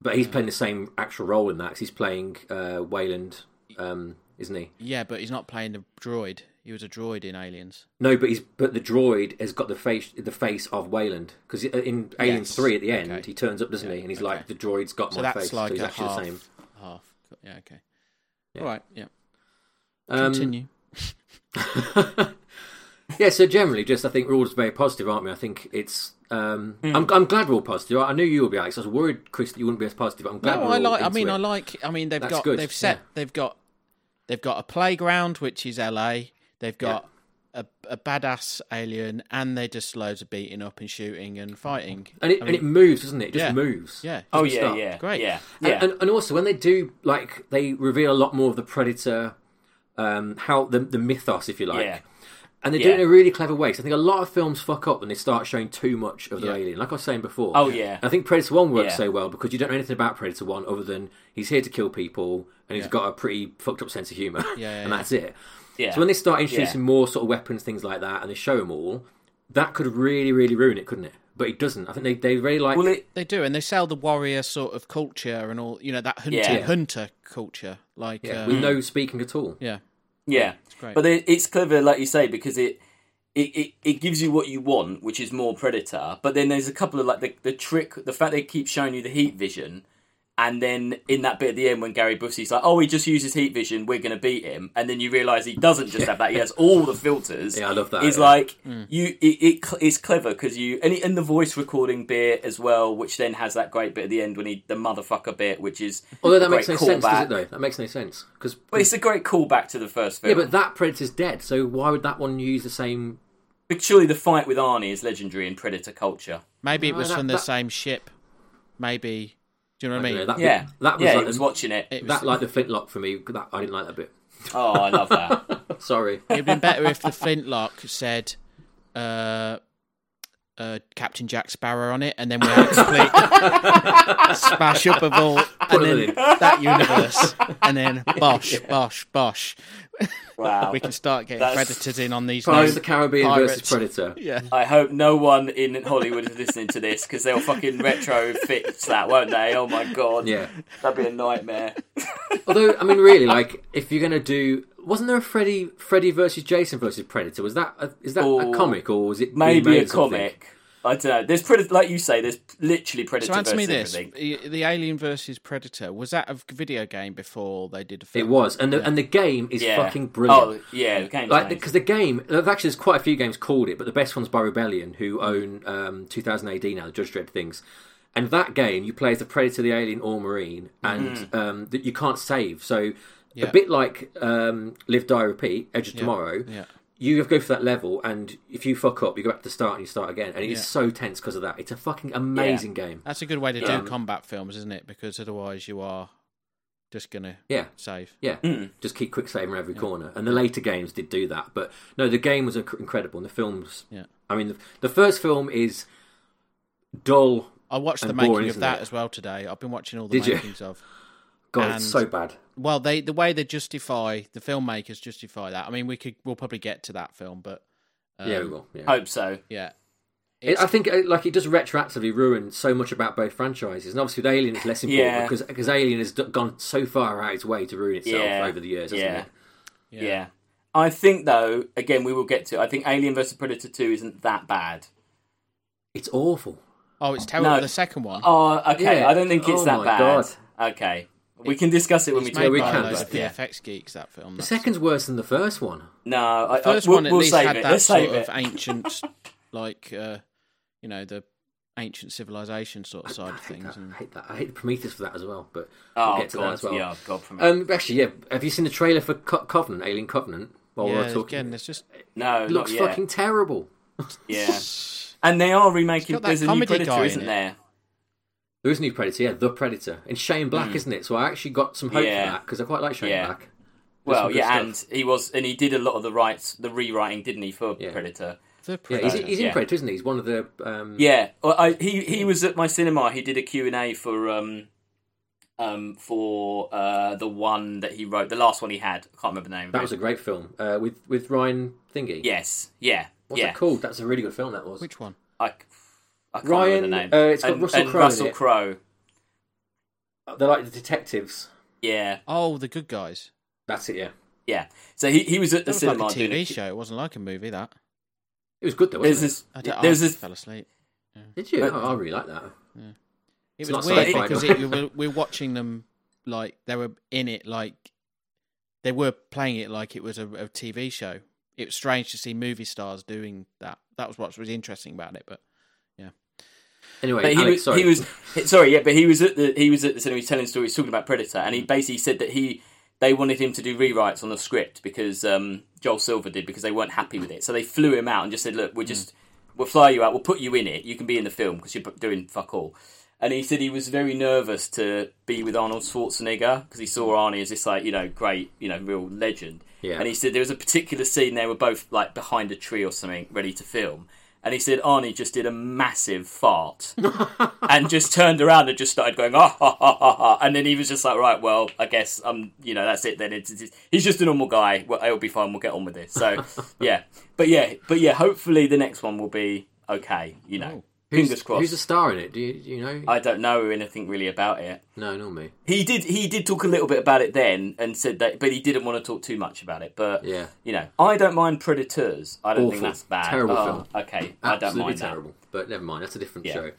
But he's playing the same actual role in that. 'cause he's playing uh, Wayland, um, isn't he?
Yeah, but he's not playing the droid. He was a droid in Aliens.
No, but he's but the droid has got the face the face of Wayland because in Aliens
Yes.
Three at the end
Okay.
he turns up, doesn't he? And he's like, the droid's got
So
my
that's
face.
like
so he's
a
actually
half,
the same.
half. Yeah, okay. All right. Yeah.
Um,
Continue.
yeah, so generally, just I think we're all just very positive, aren't we? I think it's. Um, I'm, I'm glad we're all positive. I I knew you would be, Alex. I was worried, Chris, that you wouldn't be as positive. I'm glad.
No,
we're
I
all
like. I
into
mean,
it.
I like. I mean, they've
That's
got.
good,
They've set.
yeah.
They've got. They've got a playground, which is LA. They've got a, a badass alien, and they just loads of beating up and shooting and fighting.
and it and it moves, doesn't it? It just
yeah.
moves.
Yeah.
Oh
Good
yeah,
start.
yeah,
Great.
yeah,
And-
yeah.
And, and also when they do like they reveal a lot more of the predator, um, how the the mythos, if you like.
Yeah.
And they do
Yeah.
it in a really clever way. So I think a lot of films fuck up when they start showing too much of the
Yeah.
alien. Like I was saying before.
Oh, yeah.
I think Predator One works
Yeah.
so well because you don't know anything about Predator One other than he's here to kill people and he's
Yeah.
got a pretty fucked up sense of humour.
yeah,
and
yeah.
that's it.
yeah.
So when they start introducing
Yeah.
more sort of weapons, things like that, and they show them all, that could really, really ruin it, couldn't it? But it doesn't. I think they, they really like
well, it,
They do, and they sell the warrior sort of culture and all. You know that hunter
Yeah.
hunter culture, like
yeah,
yeah.
with no speaking at all.
yeah.
Yeah,
great.
but it, it's clever, like you say, because it, it it it gives you what you want, which is more predator. But then there's a couple of like the the trick, the fact they keep showing you the heat vision, and then in that bit at the end when Gary Busey's like, "Oh, he just uses heat vision, we're gonna beat him," and then you realise he doesn't just have that; he has all the filters.
Yeah, I love that,
He's
yeah.
like you, it, it cl- it's clever because you and, and the voice recording bit as well, which then has that great bit at the end when he the motherfucker bit, which is
Although
a
that makes
great
no sense, does
callback.
it? Though that makes no sense because
But it's a great callback to the first film.
yeah, but that predator's dead. So why would that one use the same?
But surely the fight with Arnie is legendary in Predator culture.
Maybe it was
that-
from the
that-
same ship. maybe. Do you know what I
You
mean?
know, that
Yeah,
bit, that was
yeah,
like
he was
the,
watching it.
It was-
that like the flintlock for me. That I didn't like that bit.
Oh, I love that.
Sorry.
It'd been better if the flintlock said uh, uh, Captain Jack Sparrow on it, and then we had split smash up a vault, and
it
then
in.
that universe, and then bosh, bosh, bosh.
Wow.
We can start getting
That's-
predators in on these.
Pirates of
new-
the Caribbean
Pirates.
versus Predator.
yeah,
I hope no one in Hollywood is listening to this because they'll fucking retrofit that, won't they? Oh my god,
Yeah.
that'd be a nightmare.
Although, I mean, really, like if you're gonna do, wasn't there a Freddy Freddy versus Jason versus Predator? Was that a, is that
Or
a comic or was it
Maybe
remade
a
or something?
comic. I don't know. There's predator, like you say. There's literally predator
So answer me
versus
this:
everything.
the the Alien versus Predator was that a video game before they did a film?
It was, and the and the game is
Yeah.
fucking brilliant.
Oh yeah, the game's
like
amazing.
because the game, actually, there's quite a few games called it, but the best one's by Rebellion, who own um, 2018 now, the Judge Dredd things. And that game, you play as the Predator, the Alien, or Marine, and um, that you can't save. So
Mm-hmm. Yeah.
a bit like um, Live, Die, Repeat, Edge of Tomorrow.
yeah.
You go for that level, and if you fuck up, you go back to the start and you start again, and it is
Yeah.
so tense because of that. It's a fucking amazing game.
That's a good way to do
Yeah.
combat films, isn't it? Because otherwise, you are just gonna
Yeah,
save.
Yeah,
Mm.
just keep quick saving around every corner. And the later games did do that, but no, the game was inc- incredible, and the films.
Yeah.
I mean, the, the first film is dull.
I watched the
and
making
boring,
of
isn't
that
it?
as well today. I've been watching all the
Did you?
makings of.
God,
And-
it's so bad.
Well, they the way they justify the filmmakers justify that. I mean, we could we'll probably get to that film, but um,
yeah, well, yeah.
hope so.
yeah,
It, I think uh, like it does retroactively ruin so much about both franchises, and obviously with Alien is less important
Yeah.
because because Alien has d- gone so far out its way to ruin itself
Yeah.
over the years, hasn't
Yeah.
it?
yeah, I think though, again, we will get to. it. I think Alien versus Predator Two isn't that bad.
It's awful.
Oh, it's terrible.
No.
The second one.
Oh, okay.
Yeah.
I don't think it's
Oh
that
my
bad. Okay, we can discuss it when we
it's
talk
made
we
by
can,
about
those
but-
it. Yeah.
VFX geeks. That film.
The
That's-
second's worse than the first one.
No, I, I,
first
Uh, we'll,
one at
we'll
least
save
had
it.
that
Let's
sort
save it.
of ancient, like uh, you know, the ancient civilization sort of side
I hate,
of things.
that.
And
I hate that. I hate Prometheus for that as well. But
Oh
we'll get to
god,
that as well.
yeah, god for me.
Um, actually, yeah. Have you seen the trailer for Co- Covenant, Alien Covenant? While
yeah,
we're talking,
again, there's just
no,
it looks
not yet.
fucking terrible.
yeah. And they are remaking.
got that
There's a new
comedy guy
Predator,
in
isn't
it.
there?
There is a new Predator, yeah, the Predator, and Shane Black, isn't it? So I actually got some hope
Hmm. Yeah.
for that because I quite like Shane
Yeah.
Black.
Well,
some good
yeah,
stuff.
and he was, and he did a lot of the rights, the rewriting, didn't he, for
Yeah.
Predator?
the
Yeah,
Predator.
he's, he's in
Yeah.
Predator, isn't he? He's one of the. Um,
Yeah, well, I, he he was at my cinema. He did a Q and A for um um for uh the one that he wrote, the last one he had. I can't remember the name.
that
of
was
it.
a great film uh, with with Ryan Thingy.
yes, yeah,
what's
yeah.
it called? That's a really good film. That was.
Which one?
I, I can't
Ryan,
remember the name.
uh, it's got
and,
Russell
and
Crowe in
Russell
it.
Crowe.
They're like the detectives.
Yeah,
Oh, the Good Guys.
That's it. Yeah,
yeah. So he he was at the
That was like
cinema
a
doing
TV
Q-
show. It wasn't like a movie. That
it was good though.
There's
Wasn't it?
this
I, don't,
there's
I
this
fell asleep.
Did you? Oh, I really like that.
It
It's not
was weird
sci-fi,
because
but-
it, we were, we were watching them like they were in it, like they were playing it like it was a, a TV show. It was strange to see movie stars doing that. That was what was interesting about it. But
Anyway,
But he
Alex,
was,
sorry.
he was he- sorry, yeah. But he was at the he was at the cinema. He was telling stories, talking about Predator, and he basically said that he they wanted him to do rewrites on the script because um, Joel Silver did because they weren't happy with it. So they flew him out and just said, "Look, we're just we'll fly you out. We'll put you in it. You can be in the film because you're doing fuck all." And he said he was very nervous to be with Arnold Schwarzenegger because he saw Arnie as this like you know great you know real legend.
Yeah.
And he said there was a particular scene they were both like behind a tree or something ready to film. And he said Arnie just did a massive fart and just turned around and just started going ah ha ha ha ha and then he was just like right well I guess um you know that's it then it's, it's, he's just a normal guy well, it'll be fine we'll get on with this so yeah but yeah but yeah hopefully the next one will be okay you know
Oh, who's,
fingers crossed
Who's the star in it? Do you, do you know?
I don't know anything really about it
No, not me.
he did he did talk a little bit about it then and said that but he didn't want to talk too much about it but
Yeah.
you know I don't mind Predators I don't think
Awful.
that's bad
Terrible
Oh,
film.
okay I don't
Absolutely
mind that.
terrible. But never mind, that's a different
Yeah.
show.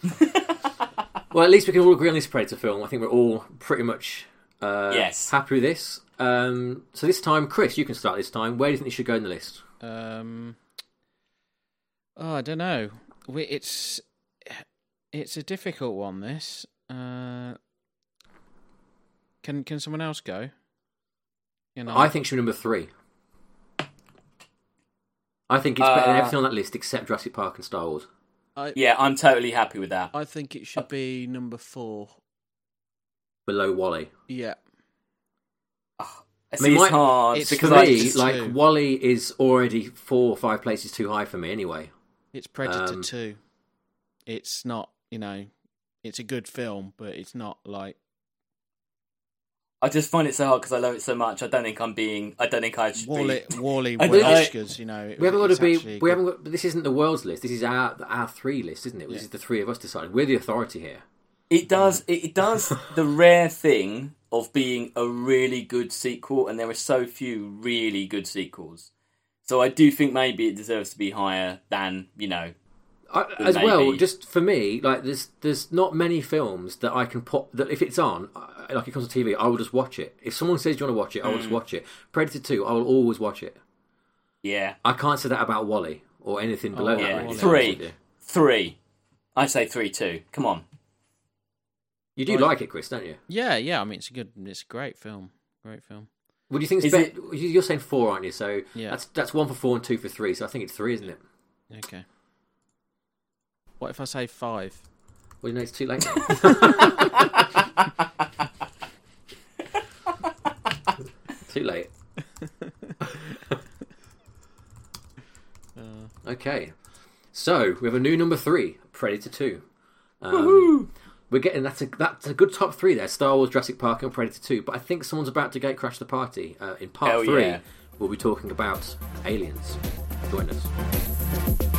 well, at least we can all agree on this Predator film. I think we're all pretty much uh,
Yes.
happy with this. Um, so this time, Chris, you can start this time. Where do you think this should go in the list?
um, oh, I don't know. We, it's it's a difficult one. This uh, can can someone else go? You know,
I think should be number three. I think it's better than
Uh,
everything on that list except Jurassic Park and Star Wars.
I
Yeah, I'm totally happy with that.
I think it should be number four.
below Wally.
Yeah,
It's,
mean,
it's
my-
hard
it's
For
because I
me,
Predator
just-
like
two.
Wally is already four or five places too high for me anyway.
it's Predator
Um,
Two. It's not, you know, it's a good film, but it's not like
I just find it so hard because I love it so much. I don't think I'm being. I don't think I should
Wally
be.
Wally
I
won
don't- I-
Oscars. You know, it-
We haven't got
it's
to be.
actually
We
good.
haven't got. This isn't the world's list. This is our our three list, isn't it? This
Yeah.
is the three of us deciding. We're the authority here.
It does. It, it does the rare thing of being a really good sequel, and there are so few really good sequels. So I do think maybe it deserves to be higher than you know.
I, as well,
maybe.
just for me, like there's there's not many films that I can pop that if it's on, I- like it comes on TV, I will just watch it. If someone says do you want to watch it, I will
Mm.
just watch it. Predator Two, I will always watch it.
Yeah,
I can't say that about Wally or anything below that.
Oh, yeah,
really, to
yeah.
be honest with
Three,
you.
three. I say three, two. Come on.
You do
Right.
like it, Chris, don't you?
Yeah, yeah. I mean, it's a good, it's a great film. Great film.
What do you think? Is
Is it-
bet- You're saying four, aren't you? So
Yeah.
that's that's one for four and two for three. So I think it's three, isn't it?
Okay. What if I say five?
Well, you know, it's too late. too late.
Uh.
Okay, so we have a new number three, Predator Two. Um, we're getting that's a that's a good top three there: Star Wars, Jurassic Park, and Predator Two. But I think someone's about to gate crash the party. Uh, in part
Hell
three,
yeah.
we'll be talking about aliens. Join us.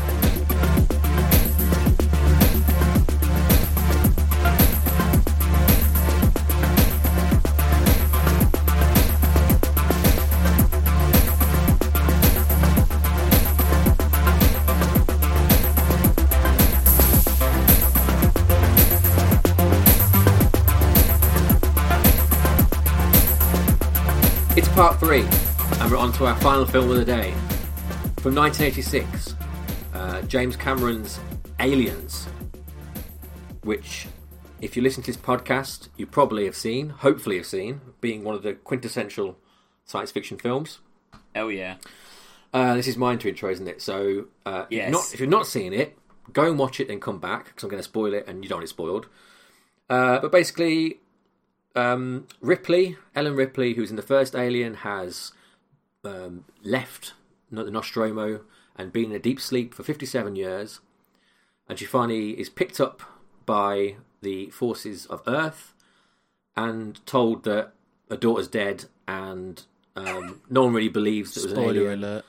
It's part three, and we're on to our final film of the day. From 1986, uh, James Cameron's Aliens, which, if you listen to this podcast, you probably have seen, hopefully have seen, being one of the quintessential science fiction films.
Oh yeah.
Uh, this is mine to intro, isn't it? So, uh, if, you've
Yes.
not, if you've not seen it, go and watch it, then come back because I'm going to spoil it, and you don't want it spoiled. Uh, but basically, um, Ripley, Ellen Ripley, who's in the first Alien, has um, left no- the Nostromo and been in a deep sleep for 57 years, and she finally is picked up by the forces of Earth and told that her daughter's dead, and um, no one really believes that it was an
Spoiler
alien
alert.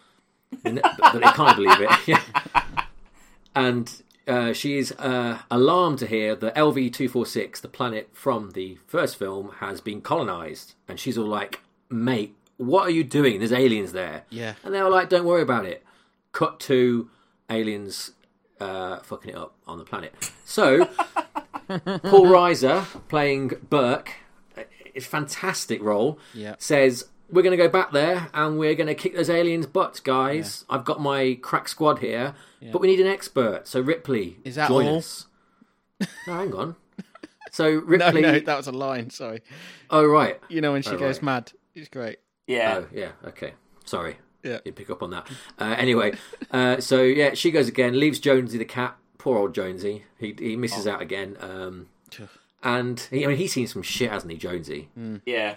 and- but they can't believe it. Yeah. And uh, she is uh, alarmed to hear that LV two four six, the planet from the first film, has been colonized, and she's all like, "Mate, what are you doing? There's aliens there."
Yeah.
And they were like, "Don't worry about it." Cut to aliens uh, fucking it up on the planet. So Paul Reiser playing Burke, a fantastic role.
Yeah.
says we're going to go back there and we're going to kick those aliens' butts, guys. I've got my crack squad here, but we need an expert. So Ripley,
Is that
join
all?
us. No, hang on. So
No,
Ripley.
no, that was a line. Sorry.
Oh right.
You know when she
Oh,
goes
right.
mad, it's great.
Yeah.
Oh yeah. Okay. Sorry.
Yeah.
Didn't pick up on that. Uh, anyway, uh, so yeah, she goes again. Leaves Jonesy the cat. Poor old Jonesy. He he misses out again. Um, and he, I mean, he's seen some shit, hasn't he, Jonesy?
Yeah.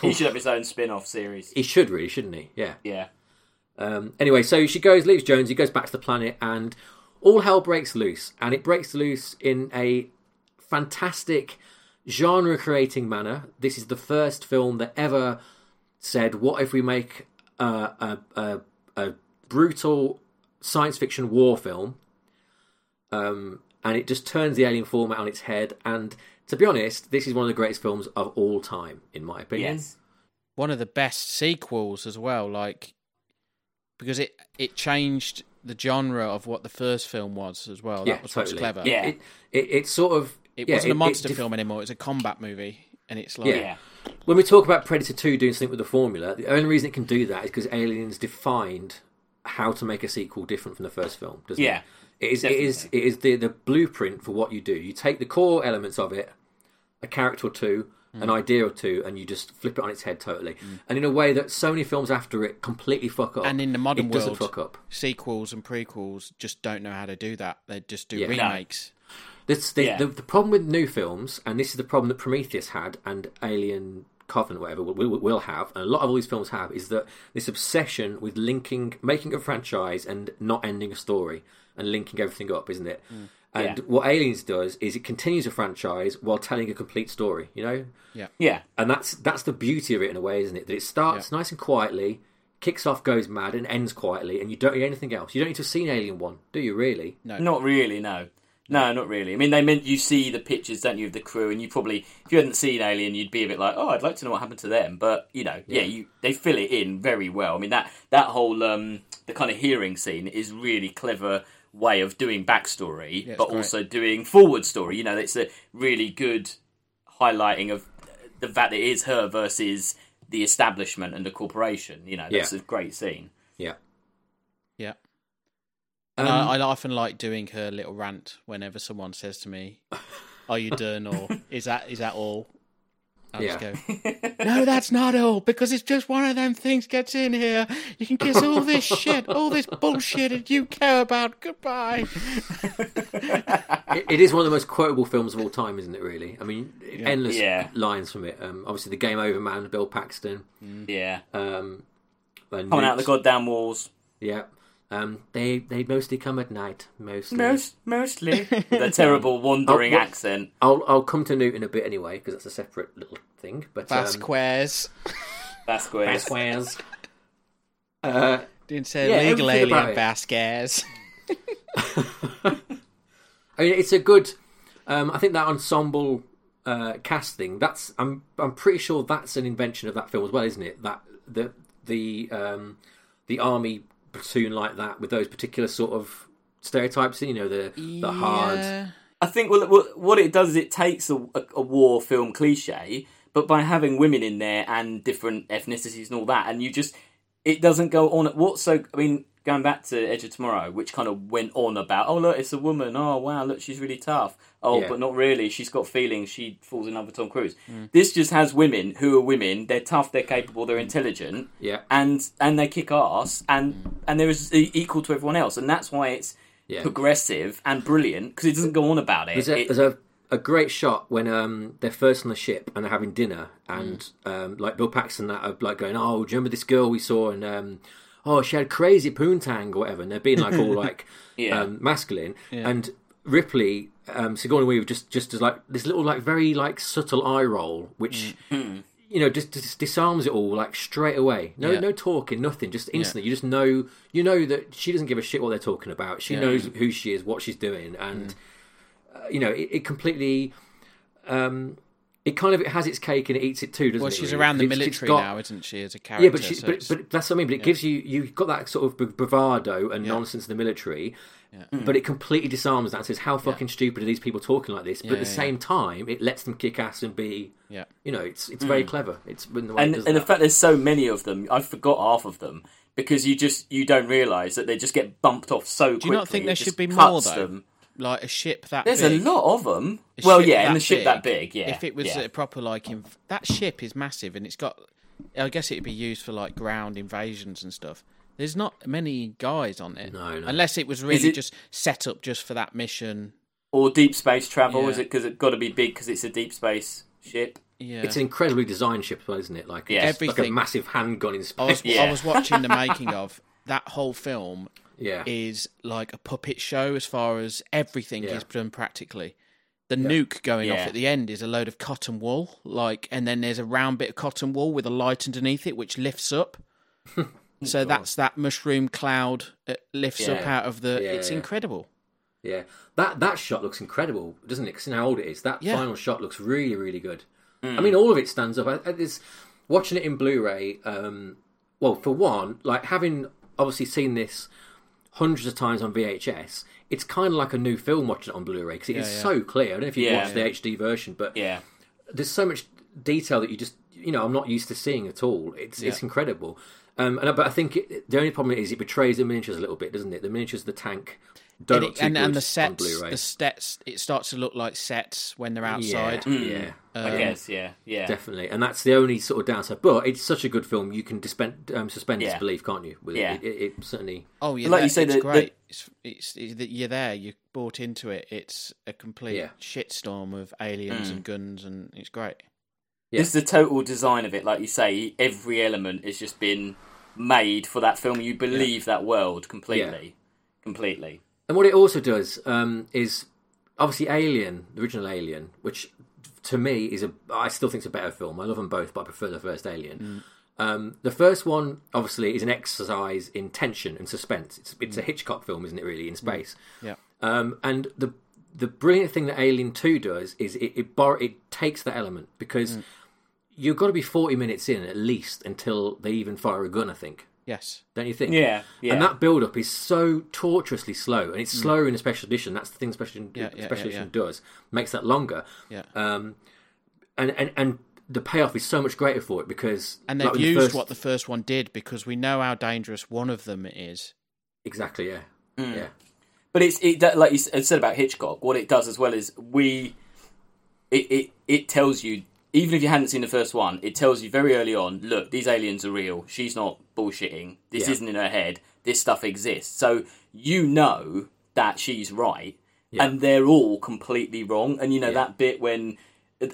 He should have his own spin-off series.
He should really, shouldn't he? Yeah.
Yeah.
Um, anyway, so she goes, leaves Jones, he goes back to the planet, and all hell breaks loose. And it breaks loose in a fantastic genre creating manner. This is the first film that ever said, What if we make a, a, a, a brutal science fiction war film? Um, and it just turns the alien format on its head. And to be honest, this is one of the greatest films of all time, in my opinion.
Yes.
One of the best sequels as well, like because it it changed the genre of what the first film was as well.
Yeah,
that was
totally.
what's clever.
Yeah.
It, it, it sort of.
It
yeah,
wasn't a monster
def-
film anymore. It was a combat movie, and it's like
Yeah.
Yeah.
When we talk about Predator 2 doing something with the formula, the only reason it can do that is because Aliens defined how to make a sequel different from the first film, doesn't
Yeah,
it? It is, it is, it is the, the blueprint for what you do. You take the core elements of it, a character or two, an
Mm.
idea or two, and you just flip it on its head totally. And in a way that so many films after it completely fuck up.
And in the modern
it doesn't
world-
fuck up.
Sequels and prequels just don't know how to do that. They just do
Yeah. No.
remakes.
This the,
Yeah.
the the problem with new films, and this is the problem that Prometheus had, and Alien Covenant, whatever, will, will, will have, and a lot of all these films have, is that this obsession with linking, making a franchise, and not ending a story, and linking everything up, isn't it? And
Mm. Yeah.
what Aliens does is it continues a franchise while telling a complete story. You know,
Yeah.
and that's that's the beauty of it in a way, isn't it? That it starts nice and quietly, kicks off, goes mad, and ends quietly, and you don't need anything else. You don't need to have seen Alien One, do you? Really?
Not really, no. No, not really. I mean, they meant you see the pictures, don't you, of the crew, and you probably, if you hadn't seen Alien, you'd be a bit like, oh, I'd like to know what happened to them. But you know, yeah, you they fill it in very well. I mean, that that whole um, the kind of hearing scene is really clever way of doing backstory, but
great.
also doing forward story. You know, it's a really good highlighting of the fact that it is her versus the establishment and the corporation. You know, that's
Yeah.
a great scene.
Yeah.
Yeah.
Um,
Uh, I often like doing her little rant whenever someone says to me, "Are you done?" or "Is that is that all?" I just
Yeah.
go, "No, that's not all because it's just one of them things gets in here. You can kiss all this shit, all this bullshit, that you care about. Goodbye."
It- it is one of the most quotable films of all time, isn't it? Really, I mean, endless
Yeah.
lines from it. Um, obviously, the Game Over Man, Bill Paxton.
Yeah,
Um, and
coming out of the
Newt.
goddamn walls.
Yeah, um, they they mostly come at night. Mostly.
Most, mostly. the terrible wandering
Oh, what-
accent.
I'll I'll come to Newt in a bit anyway because that's a separate little thing. But um,
Vasquez
Vasquez.
Vasquez. Uh,
didn't say
Yeah,
legal
everything about
alien
it.
Vasquez.
I mean, it's a good. Um, I think that ensemble uh, casting. That's I'm I'm pretty sure that's an invention of that film as well, isn't it? That the the um, the army platoon like that with those particular sort of stereotypes. You know, the the hard.
Yeah.
I think well, what- what it does is it takes a, a, a war film cliche, but by having women in there and different ethnicities and all that, and you just it doesn't go on. at What so? I mean, going back to Edge of Tomorrow, which kind of went on about oh look, it's a woman. Oh wow, look, she's really tough. Oh,
Yeah.
but not really. She's got feelings. She falls in love with Tom Cruise.
Mm.
This just has women who are women. They're tough. They're capable. They're intelligent.
Yeah. Mm.
and and they kick ass and and they're as- equal to everyone else and that's why it's
Yeah.
progressive and brilliant because it doesn't go on about it,
There's a,
It-
there's a a great shot when um they're first on the ship and they're having dinner and
Mm.
um like Bill Paxton that are like going oh do you remember this girl we saw and um oh she had crazy poontang or whatever and they're being like all like
Yeah.
um, masculine and Ripley um Sigourney Weaver just just does like this little like very like subtle eye roll which
Mm.
you know just, just disarms it all like straight away no
Yeah.
no talking nothing just instantly you just know you know that she doesn't give a shit what they're talking about she knows who she is what she's doing
Mm.
and you know, it, it completely. Um, it kind of it has its cake and it eats it too, doesn't
Well,
it?
she's
really?
around the
It's- it's
military
got-
now, isn't she? As a character,
Yeah, but, she's,
so
but
it's-
but that's what I mean. But it gives you you've got that sort of b- bravado and nonsense of the military, but it completely disarms that. and Says how fucking stupid are these people talking like this? But at the
yeah, yeah.
same time, it lets them kick ass and be.
yeah,
You know, it's it's very clever. It's in the way
Mm. and
it does
and the
that.
fact there's so many of them I forgot half of them because you just you don't realize that they just get bumped off so
do
quickly
you not think
it
there
just
should be more
cuts
though?
them.
Like a ship that
there's
big.
a lot of them well
ship
yeah and
that
the ship that big yeah
If it was
yeah.
a proper like inv- that ship is massive and it's got, I guess it'd be used for like ground invasions and stuff. There's not many guys on it,
No, no.
unless it was really
it-
just set up just for that mission.
or deep space travel
Yeah.
is it because it's got to be big because it's a deep space ship
Yeah,
it's an incredibly designed ship, as well, isn't it? Like
Yeah.
it's like a
Everything.
massive handgun in
I
space.
was,
Yeah.
I was watching the making of that whole film
yeah,
is like a puppet show as far as everything
Yeah.
is done practically. The nuke going off
Yeah.
at the end is a load of cotton wool, like, and then there's a round bit of cotton wool with a light underneath it, which lifts up. so that's that mushroom cloud that lifts up
Yeah.
out of the.
Yeah,
it's
yeah.
incredible.
Yeah, that that shot looks incredible, doesn't it? 'Cause you know how old it is. That
Yeah.
final shot looks really, really good. I mean, all of it stands up. I, I, it's, watching it in Blu-ray, um, well, for one, like having obviously seen this hundreds of times on VHS, it's kind of like a new film watching it on Blu-ray because it is so clear. I don't know if you
Yeah.
have watched the HD version, but
yeah
there's so much detail that you just you know I'm not used to seeing at all. It's it's incredible. Um, and I- but I think it, the only problem is it betrays the miniatures a little bit, doesn't it? The miniatures, of the tank,
And,
Donut
it, and, and the
on
sets,
Blu-ray.
the sets, it starts to look like sets when they're outside. Mm. Um,
Yeah, Mm. yeah,
I guess, yeah, yeah.
definitely. And that's the only sort of downside. But it's such a good film, you can dispen- um, suspend
Yeah.
disbelief, can't you? With it?
Yeah.
It, it, it certainly.
Oh, yeah,
Like you
like
say,
it's
the- the-
great. It's, it's, it's that you're there. You're bought into it. It's a complete
Yeah. Mm.
shitstorm of aliens and guns, and it's great.
Yeah.
Just the total design of it, like you say, every element has just been made for that film. You believe that world completely, completely.
And what it also does um, is obviously Alien, the original Alien, which to me is a I still think it's a better film. I love them both, but I prefer the first Alien. Um, the first one obviously is an exercise in tension and suspense. It's it's a Hitchcock film, isn't it? Really in space.
Yeah.
Um, and the the brilliant thing that Alien Two does is it it, bor- it takes that element because you've got to be forty minutes in at least until they even fire a gun. I think,
Yes.
don't you think?
Yeah, yeah.
And that build up is so tortuously slow, and it's slower in a special edition. That's the thing special,
Mm. Yeah, yeah,
special
yeah,
edition does makes that longer.
Yeah.
Um, and and and the payoff is so much greater for it because
and
like
they've
with
used
first-
what the first one did because we know how dangerous one of them is.
exactly yeah
Mm.
yeah
But it's it that, like you s- said about Hitchcock. What it does as well is we, it, it it tells you even if you hadn't seen the first one, it tells you very early on. Look, these aliens are real. She's not bullshitting. This
Yeah.
isn't in her head. This stuff exists. So you know that she's right, and they're all completely wrong. And you know that bit when.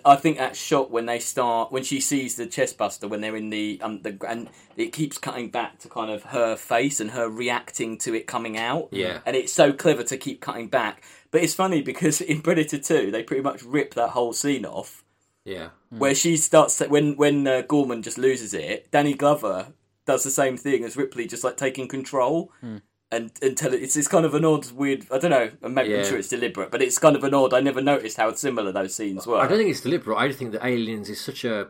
I think that shot when they start when she sees the chest buster when they're in the um the and it keeps cutting back to kind of her face and her reacting to it coming out
Yeah.
and it's so clever to keep cutting back. But it's funny because in Predator Two, they pretty much rip that whole scene off
yeah
Mm.
where she starts when when uh, Gorman just loses it. Danny Glover does the same thing as Ripley, just like taking control.
Hmm.
And until it's it's kind of an odd, weird. I don't know. I'm making
Yeah.
sure it's deliberate, but it's kind of an odd. I never noticed how similar those scenes were.
I don't think it's deliberate. I just think that Aliens is such a.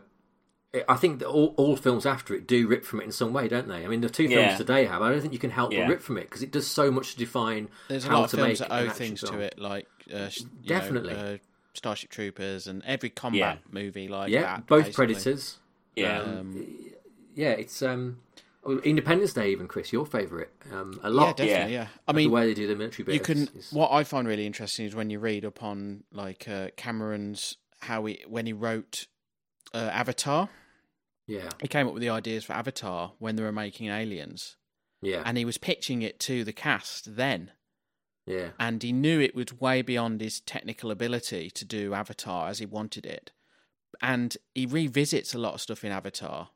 I think that all, all films after it do rip from it in some way, don't they? I mean, the two films
Yeah.
today have. I don't think you can help
Yeah.
but rip from it because it does so much to define
There's a
how
lot of
to make
films that
an
owe
action
things
film.
to it, like uh, sh- you know,
Definitely.
uh, Starship Troopers and every combat movie like
Yeah,
that.
both
basically. Um,
Predators.
yeah,
Yeah, it's um, oh, Independence Day. Even Chris, your favourite. Um, a
Yeah,
lot.
definitely.
Yeah.
Yeah, I
The
mean,
way they do the military bit.
you can.
is-
What I find really interesting is when you read up on like uh, Cameron's how he when he wrote uh, Avatar,
yeah,
he came up with the ideas for Avatar when they were making Aliens,
yeah,
and he was pitching it to the cast then.
yeah,
and he knew it was way beyond his technical ability to do Avatar as he wanted it. And he revisits a lot of stuff in Avatar,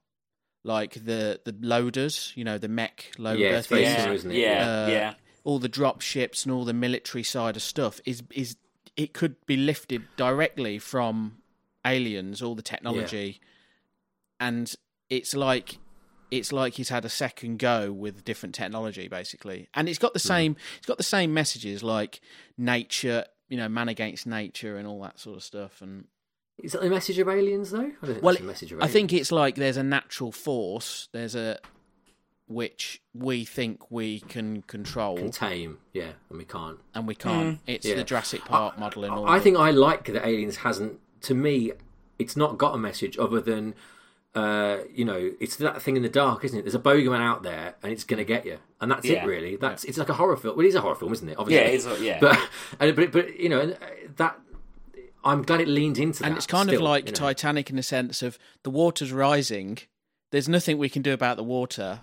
like the the loaders, you know, the mech loader,
yeah. It's very
thing,
similar, isn't it?
yeah,
Uh,
yeah.
all the drop ships and all the military side of stuff is is it could be lifted directly from aliens, all the technology, and it's like it's like he's had a second go with different technology basically and it's got the same it's got the same messages like nature you know man against nature and all that sort of stuff and
Is that the message of aliens though? I don't think
well
that's the message of
i
aliens.
think it's like there's a natural force there's a which we think we can control
can tame. Yeah, and we can't.
and we can't it's
Yeah.
the jurassic park model and all
I
the-
think I like that Aliens hasn't. To me, it's not got a message other than, uh, you know, it's that thing in the dark, isn't it? There's a bogeyman out there, and it's going to get you, and that's
Yeah.
it, really. That's it's like a horror film. Well, it is a horror film, isn't it?
Yeah,
Obviously,
it's, yeah.
But and, but but you know and, uh, that I'm glad it leans into that.
and it's kind of
still,
like
you know.
Titanic in the sense of the water's rising. There's nothing we can do about the water.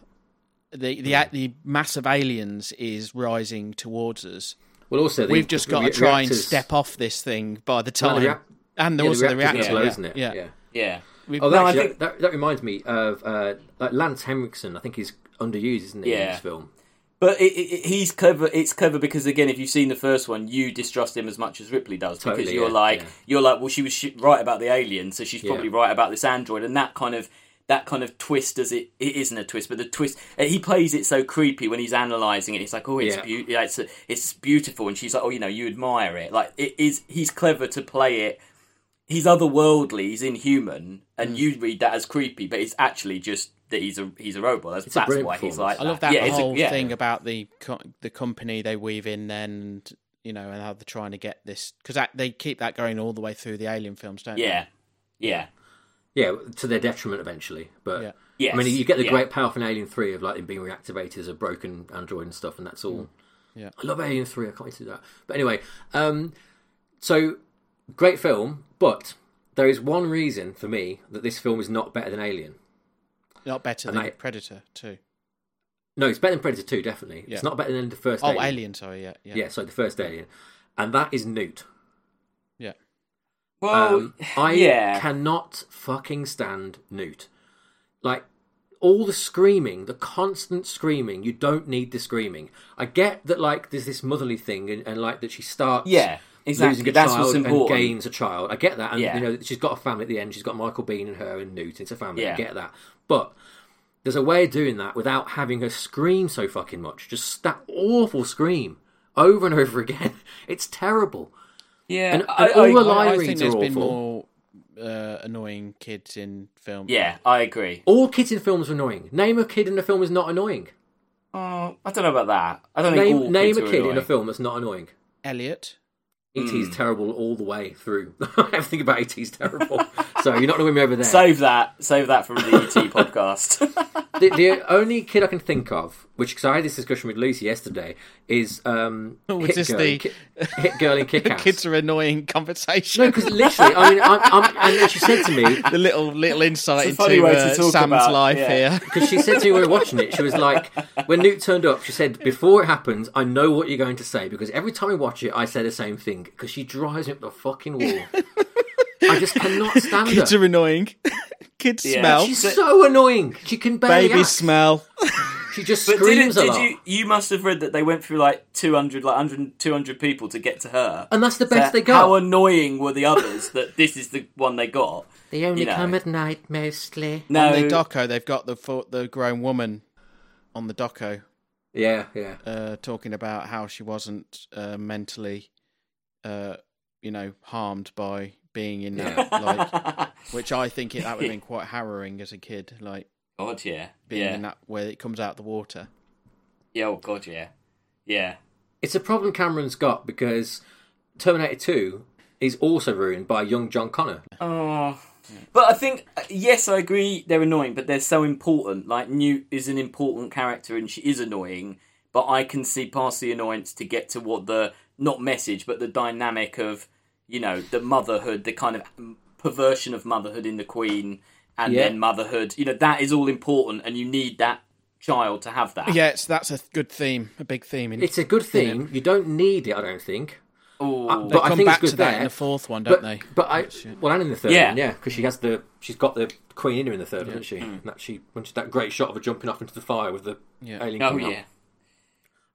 The
Mm.
the the mass of aliens is rising towards us.
Well, also the-
We've just
the
got to
re-
try and
reactors-
step off this thing by the
Well,
time,
the reac-
and
yeah,
also the,
reactors
reactor,
are low,
yeah.
isn't it?
Yeah,
yeah.
yeah.
We've-
Oh,
No,
that,
I
actually-
think-
that, that reminds me of uh, like Lance Henriksen. I think he's underused, isn't he? In
Yeah.
this film.
But it, it, it- he's clever. It's clever because again, if you've seen the first one, you distrust him as much as Ripley does because
Totally,
you're
yeah,
like
yeah.
you're like, well, she was sh- right about the alien, so she's probably
Yeah.
right about this android, and that kind of that kind of twist as it it isn't a twist, but the twist uh, he plays it so creepy when he's analysing it. It's like, oh, it's
Yeah.
beautiful, it's it's beautiful, and she's like, oh, you know, you admire it. Like it is. He's clever to play it. He's otherworldly. He's inhuman,
Mm.
and you read that as creepy, but it's actually just that he's a he's a robot. That's,
a
that's
brilliant
why he's
performance.
like.
I love that
Yeah, it's a-
whole
yeah.
thing about the co- the company they weave in then, and, you know, and how they're trying to get this because they keep that going all the way through the Alien films, don't
Yeah, yeah.
Yeah, to their detriment eventually. But
Yeah.
Yes,
I mean, you get the
yeah.
great power from Alien Three of like him being reactivated as a broken android and stuff, and that's all.
Mm. Yeah.
I love Alien Three. I can't wait to do that. But anyway, um, so great film, but there is one reason for me that this film is not better than Alien.
Not better
And
than
I-
Predator too.
No, it's better than Predator Two, definitely.
Yeah.
It's not better than the first.
Oh,
Alien.
Alien. Sorry. Yeah. Yeah.
Yeah, sorry, the first Alien, and that is Newt.
Yeah.
Well,
Um, I
Oh, yeah.
cannot fucking stand Newt. Like all the screaming, the constant screaming. You don't need the screaming. I get that. Like there's this motherly thing, and, and like that she starts.
Yeah,
Losing
exactly.
a
That's
child
what's important.
and gains a child. I get that, and
Yeah.
you know that she's got a family at the end. She's got Michael Bean and her and Newt. It's a family.
Yeah.
I get that, but there's a way of doing that without having her scream so fucking much. Just that awful scream over and over again. It's terrible.
Yeah,
And-
I,
and all
I-
the
I- I,
line
think
reads
there's
are
been
awful.
more uh, annoying kids in film.
yeah, I agree.
All kids in films are annoying. Name a kid in a film is not annoying.
Oh, I don't know about that. I don't think all
Name, name
kids
a
are
kid in a
annoying. Hmm.
film that's not annoying.
Elliot.
E.T. is terrible all the way through. Everything about E.T. is terrible. so you're not going to win me over there.
Save that. Save that from the ET podcast.
the, the only kid I can think of, which because I had this discussion with Lucy yesterday, is um,
was
Hit,
Oh, this
Girl
the-
in Ki- Hit Girl in Kick Ass.
Kids are annoying
No,
conversation.
because literally, I mean, I'm, I'm, and then she said to me,
the little little insight
It's a funny
into
way to
uh,
talk
Sam's
about,
life
yeah.
here.
because she said to me when we were watching it, she was like, when Newt turned up, she said, before it happens, I know what you're going to say because every time we watch it, I say the same thing because she drives me up the fucking wall. I just cannot stand her.
Kids are annoying. Kids
Yeah.
smell.
She's so annoying. She can barely
Babies
act.
smell.
She just
But did, it,
screams a
did
lot.
you? You must have read that they went through like 200, like 100, 200 people to get to her.
And that's the best they
How
got.
annoying were the others that this is the one they got?
They only
you know.
come at night mostly.
No,
On the doco, they've got the fo- the grown woman on the doco
Yeah, yeah.
uh, talking about how she wasn't uh, mentally, uh, you know, harmed by being in that. Like, which I think it, that would have been quite harrowing as a kid, like
God, yeah,
being
yeah,
in that where it comes out the water.
yeah. Oh God, yeah, yeah.
It's a problem Cameron's got because Terminator 2 is also ruined by young John Connor.
Oh. But I think uh, yes, I agree they're annoying, but they're so important. Like Newt is an important character, and she is annoying. But I can see past the annoyance to get to what the not message, but the dynamic of you know the motherhood, the kind of mm, perversion of motherhood in the Queen, and
Yeah.
then motherhood. You know that is all important, and you need that child to have that.
Yeah, it's, that's a good theme, a big theme. In,
It's a good thing. You don't need it, I don't think.
Ooh.
Uh,
they
but I
come
think
back
it's good
to that
there.
in the fourth one, don't
but,
they?
But I well, and in the third,
Oh, Yeah. Mm.
yeah, one, yeah, because she has the she's got the queen in her in the third, one, doesn't she? And that she when she, that great shot of her jumping off into the fire with the
Yeah.
alien.
oh
coming up.
yeah.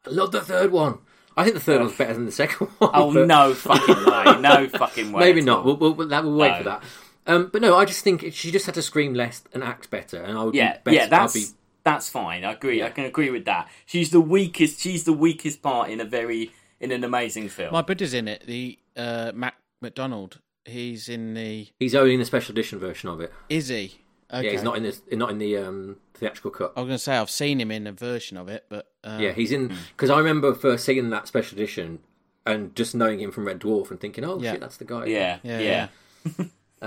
I love the third one. I think the third one's better than the second one.
Oh
but-
no fucking way! No fucking way!
Maybe
at
not.
all.
We'll, we'll, we'll, that- we'll wait
No.
for that. Um, but no, I just think it, she just had to scream less and act better, and I would
yeah,
be better.
yeah, that's
I'd be,
that's fine. I agree. I can agree with that. She's the weakest. She's the weakest part in a very in an amazing film.
My buddy's in it. The uh, Mac McDonald. He's in the.
he's only in the special edition version of it.
Is he? Okay.
Yeah, he's not in the not in the um, theatrical cut.
Oh.
I was going to say I've seen him in a version of it, but uh,
Yeah, he's
Hmm.
in because I remember first seeing that special edition and just knowing him from Red Dwarf and thinking, "Oh
Yeah.
shit, that's the guy."
yeah,
yeah, yeah.
yeah,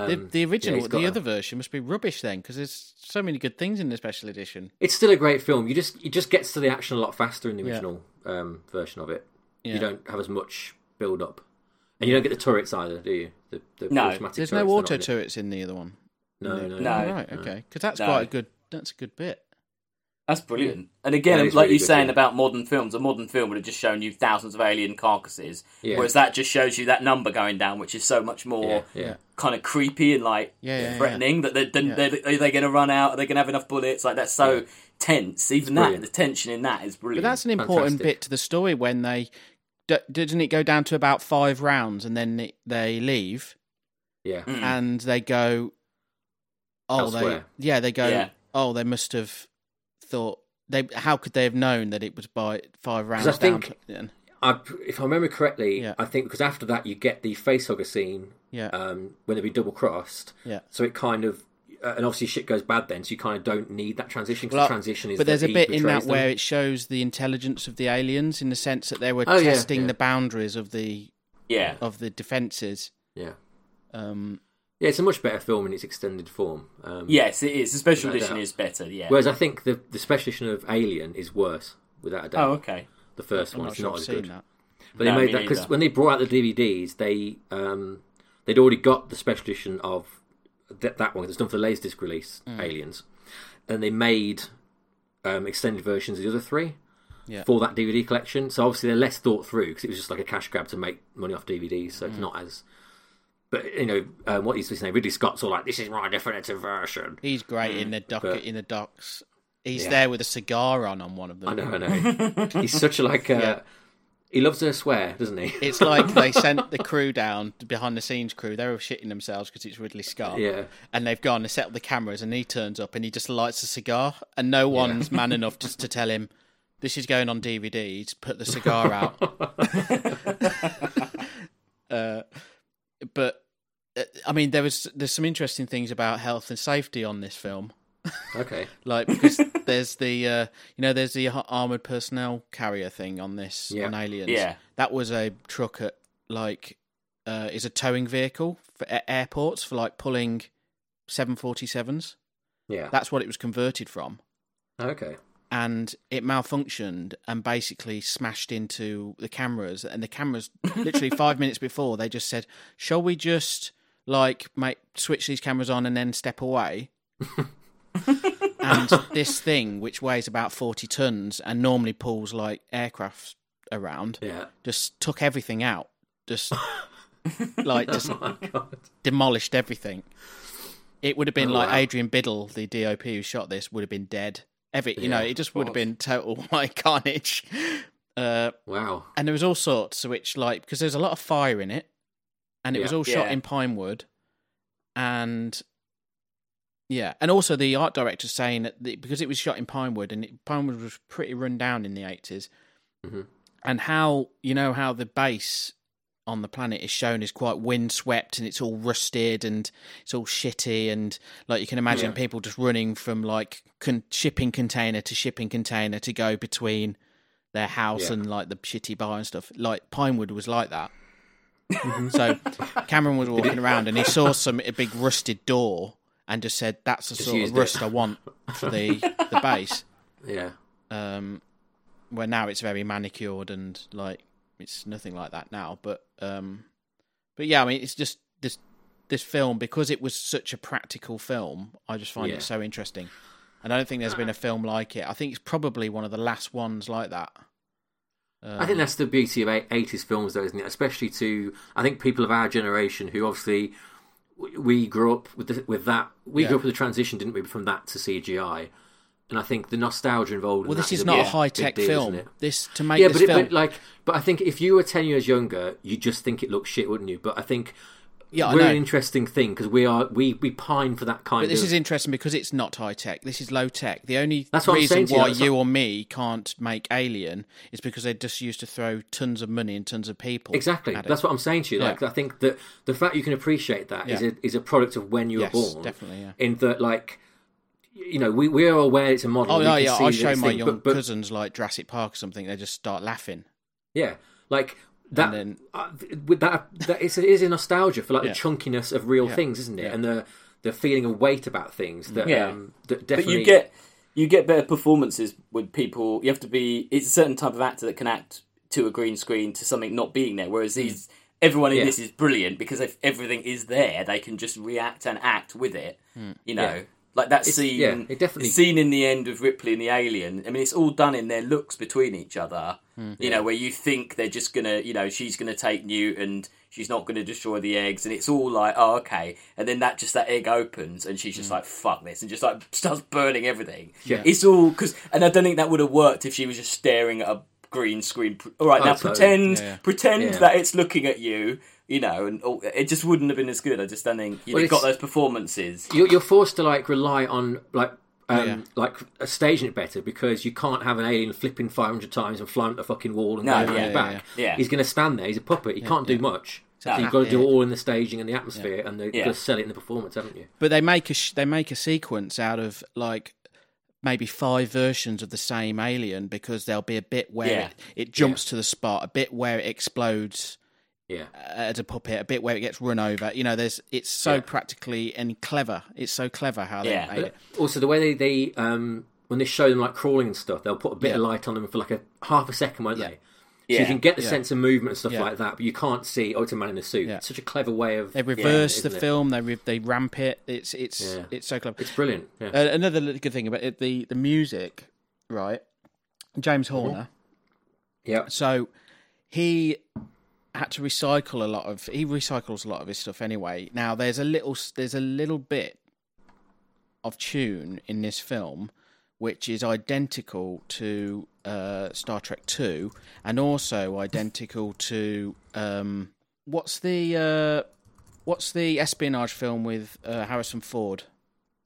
the, the original,
Um, he's got
the
a-
other version must be rubbish then, because there's so many good things in the special edition.
it's still a great film. You just it just gets to the action a lot faster in the original um, version of it.
Yeah.
You don't have as much build up, and you don't get the turrets either, do you? The, the
No.
automatic
There's
turrets,
no
they're
auto
not in it.
turrets in the other one.
No, no,
No.
no.
All right, okay, because that's
No.
quite a good. That's a good bit.
That's brilliant. And
That
again,
is
like
really
you're
good,
saying
yeah.
about modern films, a modern film would have just shown you thousands of alien carcasses,
Yeah.
whereas that just shows you that number going down, which is so much more
Yeah, yeah.
kind of creepy and like
Yeah, yeah, yeah.
threatening. That they're, they're, they're- are they going to run out? Are they going to have enough bullets? Like that's so tense. Even that,
brilliant.
the tension in that is
But
brilliant.
that's an important
Fantastic.
bit to the story when they d- doesn't it go down to about five rounds and then it- they leave
yeah.
and they go. Oh,
Mm. Elsewhere.
they yeah, they go.
Yeah.
Oh, they must have thought they. How could they have known that it was by five rounds?
I
down
think-
to- and-
I, if I remember correctly,
Yeah.
I think because after that you get the facehugger scene
yeah,
um, when they've been double crossed.
yeah.
So it kind of uh, and obviously shit goes bad then, so you kind of don't need that transition because
Well,
the transition is.
but
that
there's a
he
bit in
betrays
that
them.
where it shows the intelligence of the aliens in the sense that they were
Oh, yeah,
testing
yeah.
the boundaries of the
yeah.
of the defenses.
yeah,
Um,
yeah, it's a much better film in its extended form. Um,
Yes, it is. The special
Without a
edition
doubt.
is better. Yeah.
Whereas I think the the special edition of Alien is worse, without a doubt.
oh, okay.
the first
I'm
one.
not
It's
sure
not
I've
as
seen
good.
that.
But they
No,
made
me
that because
neither.
when they brought out the DVDs, they um, they'd already got the special edition of th- that one. It's done for the latest release,
Hmm.
Aliens, and they made um, extended versions of the other three
Yeah.
for that DVD collection. So obviously they're less thought through because it was just like a cash grab to make money off DVDs. So it's
Hmm.
not as. But you know um, what he's saying. Ridley Scott's all like, "This is my definitive version."
He's great in the dock in the docks. He's
Mm, Yeah.
there with a cigar on on one of them.
I know, I know. he's such a like. Uh, He loves to swear, doesn't he?
It's like they sent the crew down, the behind the scenes crew. They were shitting themselves because it's Ridley Scott.
Yeah.
And they've gone and set up the cameras, and he turns up and he just lights a cigar, and no one's man enough just to tell him this is going on DVD. Just put the cigar out. uh, but uh, I mean, there was there's some interesting things about health and safety on this film
okay.
like because there's the uh, you know there's the h- armored personnel carrier thing on this
Yeah.
on aliens
Yeah.
that was a truck at like uh is a towing vehicle for a- airports for like pulling 747s
Yeah.
that's what it was converted from
okay.
and it malfunctioned and basically smashed into the cameras and the cameras literally 5 minutes before they just said shall we just like make switch these cameras on and then step away and this thing which weighs about 40 tons and normally pulls like aircraft around
Yeah.
just took everything out just like just
Oh my god.
demolished everything. It would have been
Oh,
like
wow.
Adrian Biddle, the DOP who shot this, would have been dead. Every you know,
Yeah,
it just would have been total like carnage. Uh,
Wow.
and there was all sorts, which like because there's a lot of fire in it, and it was
Yeah.
all shot
Yeah.
in pine wood, and yeah, and also the art director saying that the, because it was shot in pine wood and it, pine wood was pretty run down in the 80s
Mhm.
and how you know how the base on the planet is shown is quite windswept and it's all rusted and it's all shitty and like you can imagine
Yeah.
people just running from like con- shipping container to shipping container to go between their house
Yeah.
and like the shitty bar and stuff. Like Pinewood was like that.
Mm-hmm.
so Cameron was walking around and he saw some a big rusted door and just said, "That's the sort
used
of
it.
rust I want for the the base."
Yeah.
Um, where now it's very manicured and like it's nothing like that now. But um, but yeah, I mean, it's just this this film because it was such a practical film. I just find
Yeah.
it so interesting. And I don't think there's been a film like it. I think it's probably one of the last ones like that.
I
Um,
think that's the beauty of eight- 80s films, though, isn't it? Especially to, I think, people of our generation who obviously w- we grew up with the, with that. We
Yeah.
grew up with the transition, didn't we, from that to CGI? And I think the nostalgia involved.
Well,
in
this
that
is
a
not a
big-
high
big
tech
deal,
film.
isn't it?
This to make
Yeah,
this
but, it,
film,
but like, but I think if you were ten years younger, you just think it looks shit, wouldn't you? But I think
yeah, I
we're an
know.
interesting thing because we are we we pine for that kind
But this
of.
is interesting because it's not high tech. This is low tech. The only
That's what I'm
reason
saying to you,
why
that's
you or me can't make Alien is because they just used to throw tons of money and tons of people.
Exactly.
at it.
That's what I'm saying to you. Like,
Yeah.
I think that the fact you can appreciate that is
Yeah.
a, is a product of when you
Yes,
were born.
definitely, yeah.
In that, like, you know, we, we are aware it's a model.
Oh
we
no,
can
yeah,
see
I
that
show
it's
my
thing,
young
but, but,
cousins like Jurassic Park or something. They just start laughing.
Yeah, like that.
then-
uh, with that, that is, is a nostalgia for like
Yeah.
the chunkiness of real things, isn't it? And the the feeling of weight about things that
Yeah.
um, that
But
definitely
you get you get better performances with people. You have to be. It's a certain type of actor that can act to a green screen to something not being there. Whereas these, everyone in
Hmm. Yeah.
this is brilliant because if everything is there, they can just react and act with it. You know.
Hmm. Yeah.
Like that scene,
yeah, it definitely-
the scene in the end of Ripley and the Alien. I mean, it's all done in their looks between each other.
Hmm.
You know, where you think they're just gonna, you know, she's gonna take Newt and she's not gonna destroy the eggs, and it's all like, oh okay. And then that just that egg opens, and she's just like, fuck this, and just like starts burning everything.
Hmm. Yeah.
It's all because, and I don't think that would have worked if she was just staring at a green screen. pr- All right,
Oh,
now
totally.
pretend,
Yeah, yeah.
pretend
Yeah.
that it's looking at you. You know, and all, it just wouldn't have been as good. I just don't think you
Well,
got
it's-
those performances.
you're, you're forced to like rely on like um,
Yeah.
like uh, staging it better because you can't have an alien flipping 500 times and flying at the fucking wall and
No,
going
yeah,
around
yeah,
back.
yeah. Yeah.
He's going to stand there. He's a puppet. He can't do much. So
No.
you've got to do
Yeah.
all in the staging and the atmosphere, and the,
Yeah.
you've got to sell it in the performance, haven't you?
But they make a sh- they make a sequence out of like maybe five versions of the same alien because there'll be a bit where
Yeah.
it, it jumps to the spot, a bit where it explodes
Yeah,
Uh,
as a puppet, a bit where it gets run over. You know, there's it's so
Yeah.
practically and clever. It's so clever how they
Yeah.
made it.
also the way they they um when they show them like crawling and stuff, they'll put a bit of
Yeah.
light on them for like a half a second, won't they? So
Yeah.
you can get the
Yeah.
sense of movement and stuff
Yeah.
like that, but you can't see. Oh, it's a man in a suit.
Yeah.
It's such a clever way of
They reverse
isn't
the
it?
film. They re- they ramp it. It's it's
Yeah.
it's so clever.
It's brilliant. Yeah.
Uh, another little good thing about it, the the music, right? James
Mm-hmm.
Horner.
yeah.
So he had to recycle a lot of. He recycles a lot of his stuff anyway. Now there's a little there's a little bit of tune in this film which is identical to uh, Star Trek Two, and also identical to um, what's the uh, what's the espionage film with uh, Harrison Ford,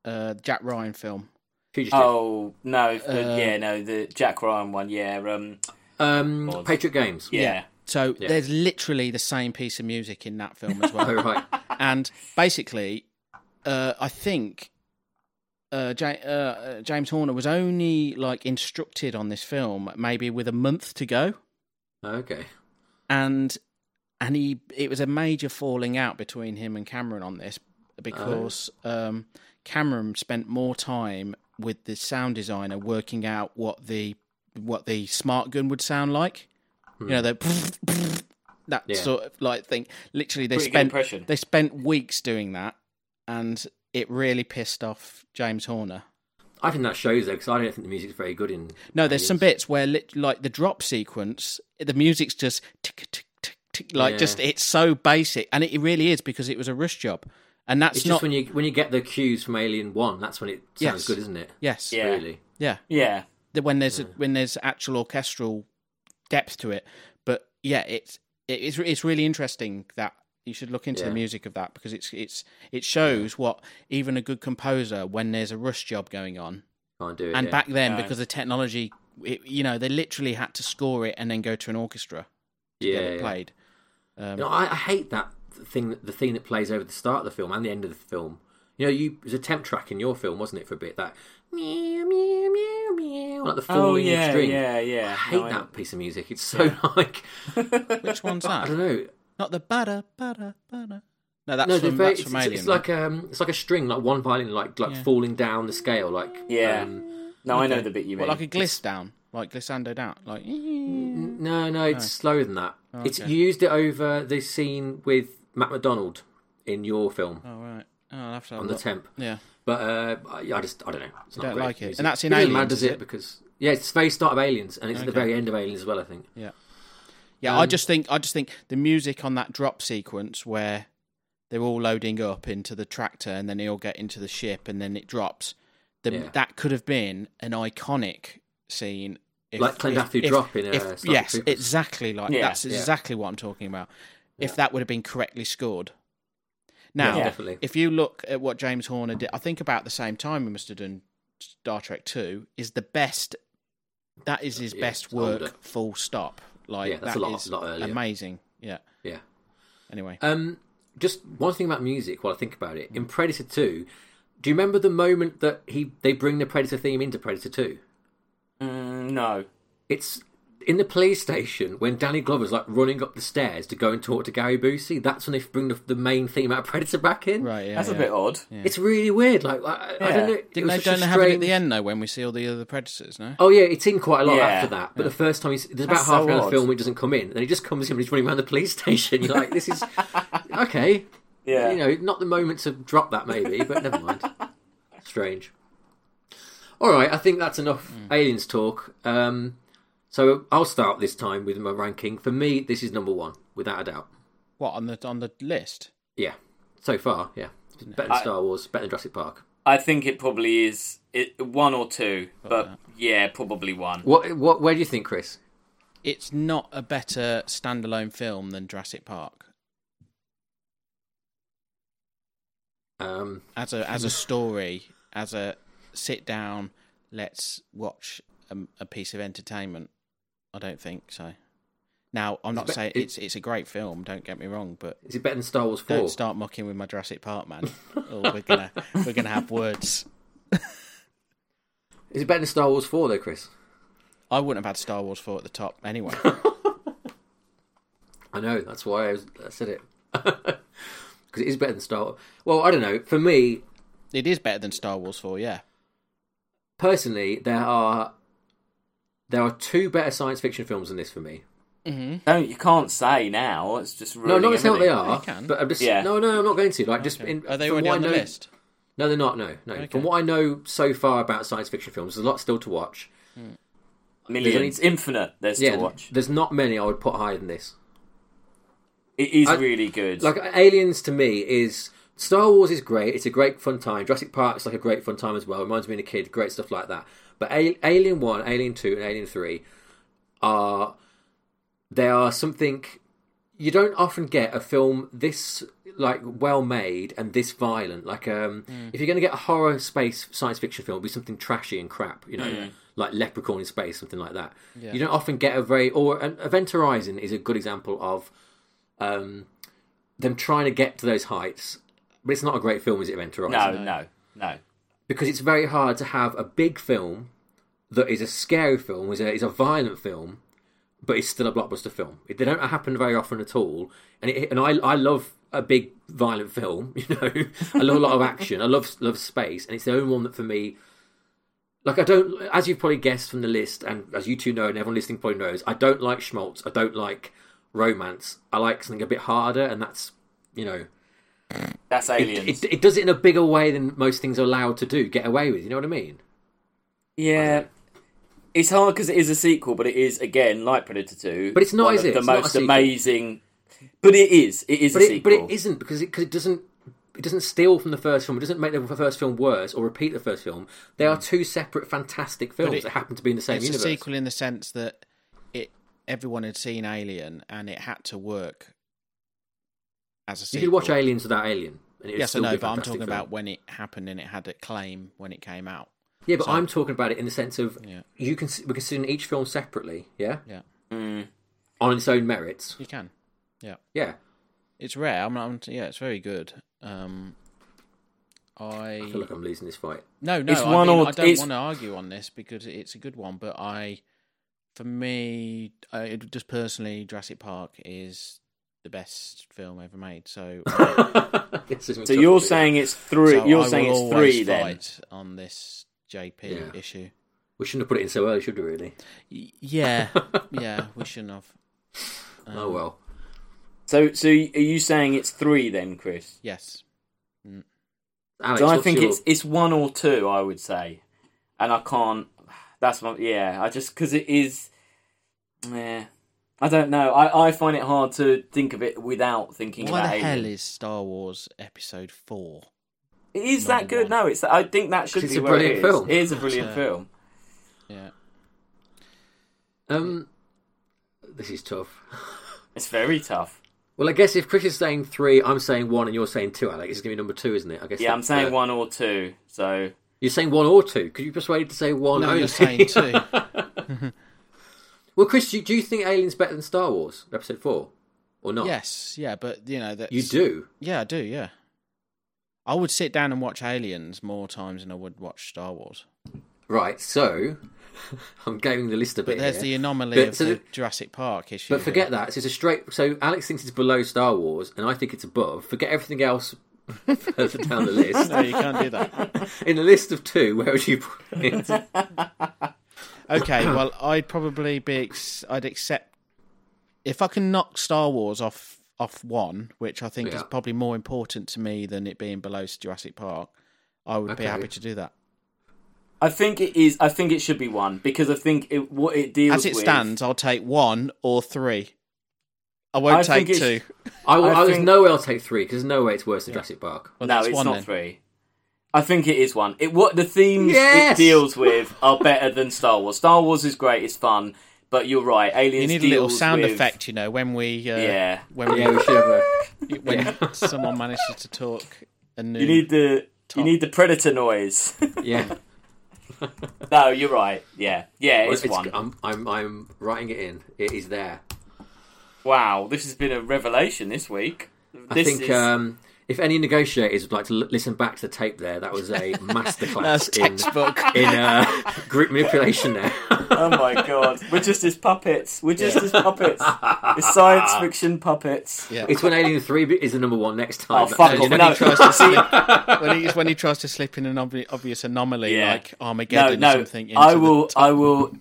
uh, Jack Ryan film.
Fugitive.
Oh no!
uh,
the- yeah, no. The Jack Ryan one. Yeah. Um.
um, Patriot Games.
Yeah.
So there's literally the same piece of music in that film as well.
Oh, right.
and basically, uh, I think uh, Ja- uh, uh, James Horner was only like instructed on this film maybe with a month to go,
Okay.
and and he it was a major falling out between him and Cameron on this because um, Cameron spent more time with the sound designer working out what the what the smart gun would sound like. You know
Hmm.
the that
Yeah.
sort of like thing. Literally, they
Pretty good
spent
impression.
they spent weeks doing that, and it really pissed off James Horner.
I think that shows though, because I don't think the music's very good in.
No, there's some bits where lit, like the drop sequence, the music's just tick tick tick tick, like
Yeah.
just it's so basic, and it, it really is because it was a rush job, and that's
It's
not
just when you when you get the cues from Alien One, that's when it sounds
Yes.
good, isn't it?
yes
Yeah.
Really.
yeah
Yeah.
The- when there's
Mm.
a, when there's actual orchestral depth to it, but yeah, it's it- it's it's really interesting that you should look into the
Yeah.
music of that because it's it's it shows what even a good composer when there's a rush job going on
Can't do it.
and
yeah.
back then
No.
because the technology it, you know they literally had to score it and then go to an orchestra to
yeah,
get it
yeah.
played
You know, I, I hate that thing, that- the theme that plays over the start of the film and the end of the film. You know, you it was a temp track in your film, wasn't it, for a bit? That meow meow meow meow, like the
Oh
falling
yeah.
string.
Yeah. Yeah.
I hate
No, I-
that piece of music. It's so like
Which one's
I
that?
don't know.
Not the bada bada bada. No, that's
No, they're
from
very,
that's
it's,
from
it's-
Alien.
it's like um, it's like a string, like one violin, like like falling down the scale, like
Yeah.
um,
No, I know the bit you mean.
what, like a gliss down, like glissando down, like oh,
No, no, it's slower than that. It's you used it over the scene with Matt McDonald in your film
oh right, oh, I'll have to have a
on the
look.
temp.
yeah.
But uh, I I just I don't know. It's not
don't
great
like it.
music.
And that's in
really
Aliens,
mad, does
is
it?
it?
Because yeah, it's the very start of Aliens, and it's at the very end of Aliens as well. I think.
Yeah, yeah.
Um,
I just think I just think the music on that drop sequence where they're all loading up into the tractor and then they all get into the ship and then it drops. The,
Yeah.
That could have been an iconic scene. If,
Like Clint Eastwood drop in, uh, Starship
yes,
Troopers.
exactly like
Yeah.
that's
Yeah.
exactly what I'm talking about. If that would have been correctly scored. Now,
Yeah, definitely.
if you look at what James Horner did, I think about the same time we must have done Star Trek Two is the best. That is his
Yeah,
best
it's
work.
older.
Full stop. Like
Oh, Yeah, that's a
that
lot-
is
lot earlier.
amazing. Yeah.
Yeah.
Anyway,
Um, just one thing about music while I think about it. In Predator Two, do you remember the moment that he they bring the Predator theme into Predator Two?
Mm, no.
It's in the police station when Danny Glover's like running up the stairs to go and talk to Gary Busey. That's when they bring the, the main theme out of Predator back in.
right. Yeah.
That's a
yeah.
bit odd.
It's really weird. Like I, I
Yeah.
don't know. it
Didn't
was
they
such a
don't they have it at
strange-
the end though when we see all the other predators? No.
Oh yeah, it's in quite a lot
Yeah.
after that. But the first time, he's, there's about
That's
half
so
an hour of
odd.
the film where it doesn't come in, and he just comes in and he's running around the police station. You're like, this is okay.
Yeah.
You know, not the moment to drop that maybe, but never mind. Strange. All right, I think that's enough aliens talk. Um, so I'll start this time with my ranking. For me, this is number one, without a doubt.
What on the on the list?
Yeah, so far, yeah, It's better than Star Wars, better than Jurassic Park.
I think it probably is it, one or two, but yeah, probably one.
What? What? Where do you think, Chris?
It's not a better standalone film than Jurassic Park
Um,
as a as a story as a sit down. Let's watch a, a piece of entertainment. I don't think so. Now I'm not
bet-
saying
it-
it's it's a great film. Don't get me wrong, but
is it better than Star Wars Four?
Don't start mocking with my Jurassic Park, man. or we're gonna we're gonna have words.
Is it better than Star Wars Four though, Chris?
I wouldn't have had Star Wars four at the top anyway.
I know. That's why I, was, I said it. Because it is better than Star. Well, I don't know. For me,
it is better than Star Wars four, yeah.
personally, there are there are two better science fiction films than this for me.
No, you can't say now. It's just
No,
ruining
not necessarily they
everything.
are,
can.
but I'm just
Yeah.
no, no, I'm not going to. Like, just in,
Are they
from
already
what
on
I
the
know-
list?
No, they're not. No, no. From what I know so far about science fiction films, there's a lot still to watch.
Millions, infinite. There's
Yeah,
to watch.
there's not many I would put higher than this.
It is really good.
Like Aliens to me is Star Wars is great. It's a great fun time. Jurassic Park's like a great fun time as well. Reminds me of a kid. Great stuff like that. But A- Alien One, Alien Two, and Alien Three are they are something you don't often get a film this like well made and this violent. Like um, if you're going to get a horror space science fiction film, it'd be something trashy and crap. You know, like Leprechaun in space, something like that. You don't often get a very or an Event Horizon is a good example of um, them trying to get to those heights. But it's not a great film, is it, Event Horizon?
no, no, no.
because it's very hard to have a big film that is a scary film, is a, is a violent film, but it's still a blockbuster film. It- They don't happen very often at all. And it, and I I love a big violent film. You know, I love a lot of action. I love love space, and it's the only one that for me. Like I don't, as you've probably guessed from the list, and as you two know, and everyone listening probably knows, I don't like schmaltz. I don't like romance. I like something a bit harder, and that's, you know,
That's aliens.
it, it does it in a bigger way than most things are allowed to do, get away with. You know what I mean?
yeah. It's hard because it is a sequel, but it is again like Predator Two.
But it's not,
one
is
of
it?
The
It's not a
most
sequel.
amazing. But it is. It is
But
a
it,
sequel.
but it isn't because it, cause it doesn't it doesn't steal from the first film. It doesn't make the first film worse or repeat the first film. They are two separate, fantastic films
Mm. it-
that happen to be in the same
It's a
universe.
sequel in the sense that it everyone had seen Alien and it had to work as a
You
sequel.
could watch Aliens without Alien. And it would
Yes, I
still be
know,
a
but I'm
fantastic
talking
film.
about when it happened and it had a claim when it came out.
yeah, but I'm talking about it in the sense of
Yeah.
you can we're considering each film separately, yeah,
Yeah,
Mm.
on its own merits,
you can. Yeah,
yeah.
it's rare. I'm, I'm yeah, it's very good. Um, I
I feel like I'm losing this fight.
No, no,
It's
I,
one
mean,
or-
I don't
it's-
want to argue on this because it's a good one. But I, for me, I, it- just personally, Jurassic Park is the best film ever made. So, so
This is
So
tough,
you're
isn't it?
saying it's three?
I
you're
will
saying it's
always
three then?
fight on this JP
Yeah.
issue.
we shouldn't have put it in so early, should we? Really?
Y- Yeah, yeah, we shouldn't have. Um,
oh well.
So, so are you saying it's three then, Chris?
Yes,
Alex,
So I
what's
think
your-
it's it's one or two, I would say, and I can't. That's my yeah. I just because it is. Yeah, I don't know. I I find it hard to think of it without thinking
why
about
the hell
Alien.
is Star Wars Episode Four?
it is that good. No, it's. I think that should
'Cause
be
it's a
where it
brilliant
is.
film.
It is a brilliant
Yeah.
film.
Yeah,
um, this is tough.
It's very tough.
Well, I guess if Chris is saying three, I'm saying one, and you're saying two, Alex. It's going to be number two, isn't it? I guess.
Yeah, I'm
that's,
saying
uh,
one or two. So
You're saying one or two. Could you be persuaded to say one?
no,
only?
you're saying two.
well, Chris, do you, do you think Alien's better than Star Wars Episode Four, or not?
yes, yeah, but you know that
You do.
Yeah, I do. Yeah, I would sit down and watch Aliens more times than I would watch Star Wars.
Right. So, I'm gaming the list a bit.
But there's
here.
the anomaly
But-
of
so
the
the-
Jurassic Park issue.
But forget that. So it's a straight. So Alex thinks it's below Star Wars, and I think it's above. Forget everything else. further down the list,
No, you can't do that.
in a list of two, where would you put it?
Okay, well, I'd probably be. Ex- I'd accept if I can knock Star Wars off off one, which I think is
Yeah.
probably more important to me than it being below Jurassic Park. I would
Okay.
be happy to do that.
I think it is. I think it should be one because I think it what it deals
As it
with-
stands, I'll take one or three. I won't
I
take
think
two.
it's-
I, will-
I
I, there's
think-
no way I'll take three because there's no way it's worse than Jurassic Park.
Well,
no,
that's
it's
one
not
then.
three. I think it is one. It what the themes
Yes!
it deals with are better than Star Wars. Star Wars is great. It's fun, but you're right. Aliens.
You need a little
deals
sound
with-
effect, you know, when we uh,
Yeah.
when we
Yeah, we should have. A...
when someone manages to talk a new
You need the you need the predator noise.
Yeah.
no, you're right. Yeah, yeah, it's,
It's-
one.
I'm, I'm, I'm writing it in. It is there.
Wow, this has been a revelation this week.
I
this
think
is
um, If any negotiators would like to l- listen back to the tape, there, that was a
That's
masterclass in
textbook.
in uh, group manipulation. There,
Oh my god, we're just his puppets. We're just his puppets. His science fiction puppets.
yeah.
it's when Alien Three be- is the number one next time.
Oh, fuck
That's-
off.
when
No.
he tries to slip, when he, it's when he tries to slip in an obvi- obvious anomaly
Yeah.
like
No,
Armageddon or
no.
something. into
I
the
will. I will.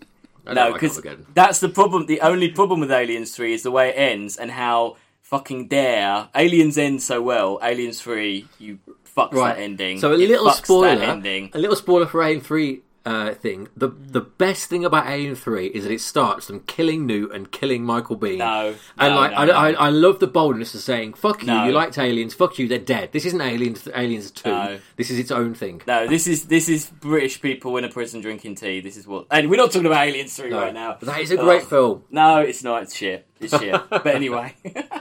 I don't
No,
like
because
Armageddon.
that's the problem. The only problem with Aliens Three is the way it ends and how fucking dare Aliens end so well. Aliens Three, you fucks
right
that ending.
So a
It
little
fucks that
spoiler,
ending.
a little spoiler for Alien Three uh, thing. The the best thing about Alien Three is that it starts them killing Newt and killing Michael Bean.
No,
and
no,
like
no,
I,
no.
I, I love the boldness of saying fuck you.
No.
You liked Aliens. Fuck you. They're dead. This isn't Aliens. Aliens Two.
No.
This is its own thing.
No, this is this is British people in a prison drinking tea. This is what, and we're not talking about Aliens Three right now.
That is a great
Ugh.
film.
No, it's not. It's shit. It's shit. but anyway,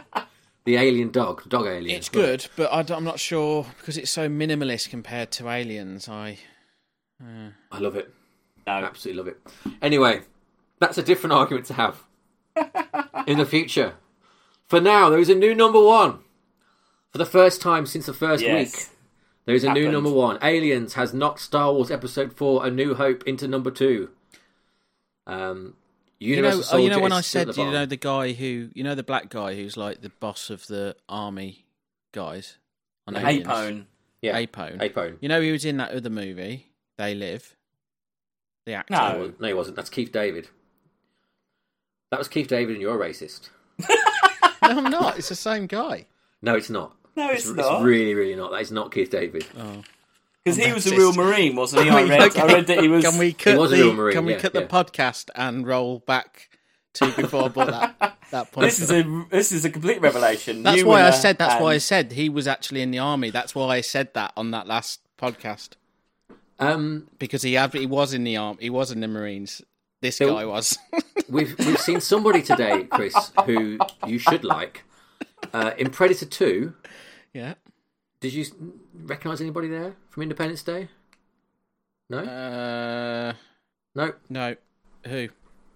The Alien Dog, the Dog Alien.
It's good, but I am not sure because it's so minimalist compared to Aliens. I
I love it.
no.
Absolutely love it. Anyway, that's a different argument to have in the future. For now, there is a new number one. For the first time since the first week,
Yes.
there is a new
Happened.
number one. Aliens has knocked Star Wars Episode Four: A New Hope into number two. Um,
you know,
Universal
oh,
Soldier
you know when
is
I
still
said
at the
you know
bottom.
the guy who you know the black guy who's like the boss of the army guys on Aliens.
Apone.
yeah,
Apone.
Apone.
You know he was in that other movie, They Live. The actor.
No.
No, no, he wasn't. That's Keith David. That was Keith David, and you're a racist.
No, I'm not. It's the same guy.
No, it's not.
No, it's
It's
not.
really, really not. That is not Keith David.
Oh.
Because he was a
Racist.
real marine, wasn't he? I read. I read that he was.
Can we cut
was a
the
real Marine,
Can we
yeah,
cut
yeah.
the podcast and roll back to before I bought that that point?
This is a this is a complete revelation.
That's
You
why
and,
I
uh,
said. That's why I
and-
said he was actually in the army. That's why I said that on that last podcast
Um,
because he had, he was in the arm. He was in the Marines. This
So-
guy was.
We've we've seen somebody today, Chris, who you should like. Uh, in Predator Two,
yeah.
did you s- recognise anybody there from Independence Day? No,
Uh,
no.
no. Who?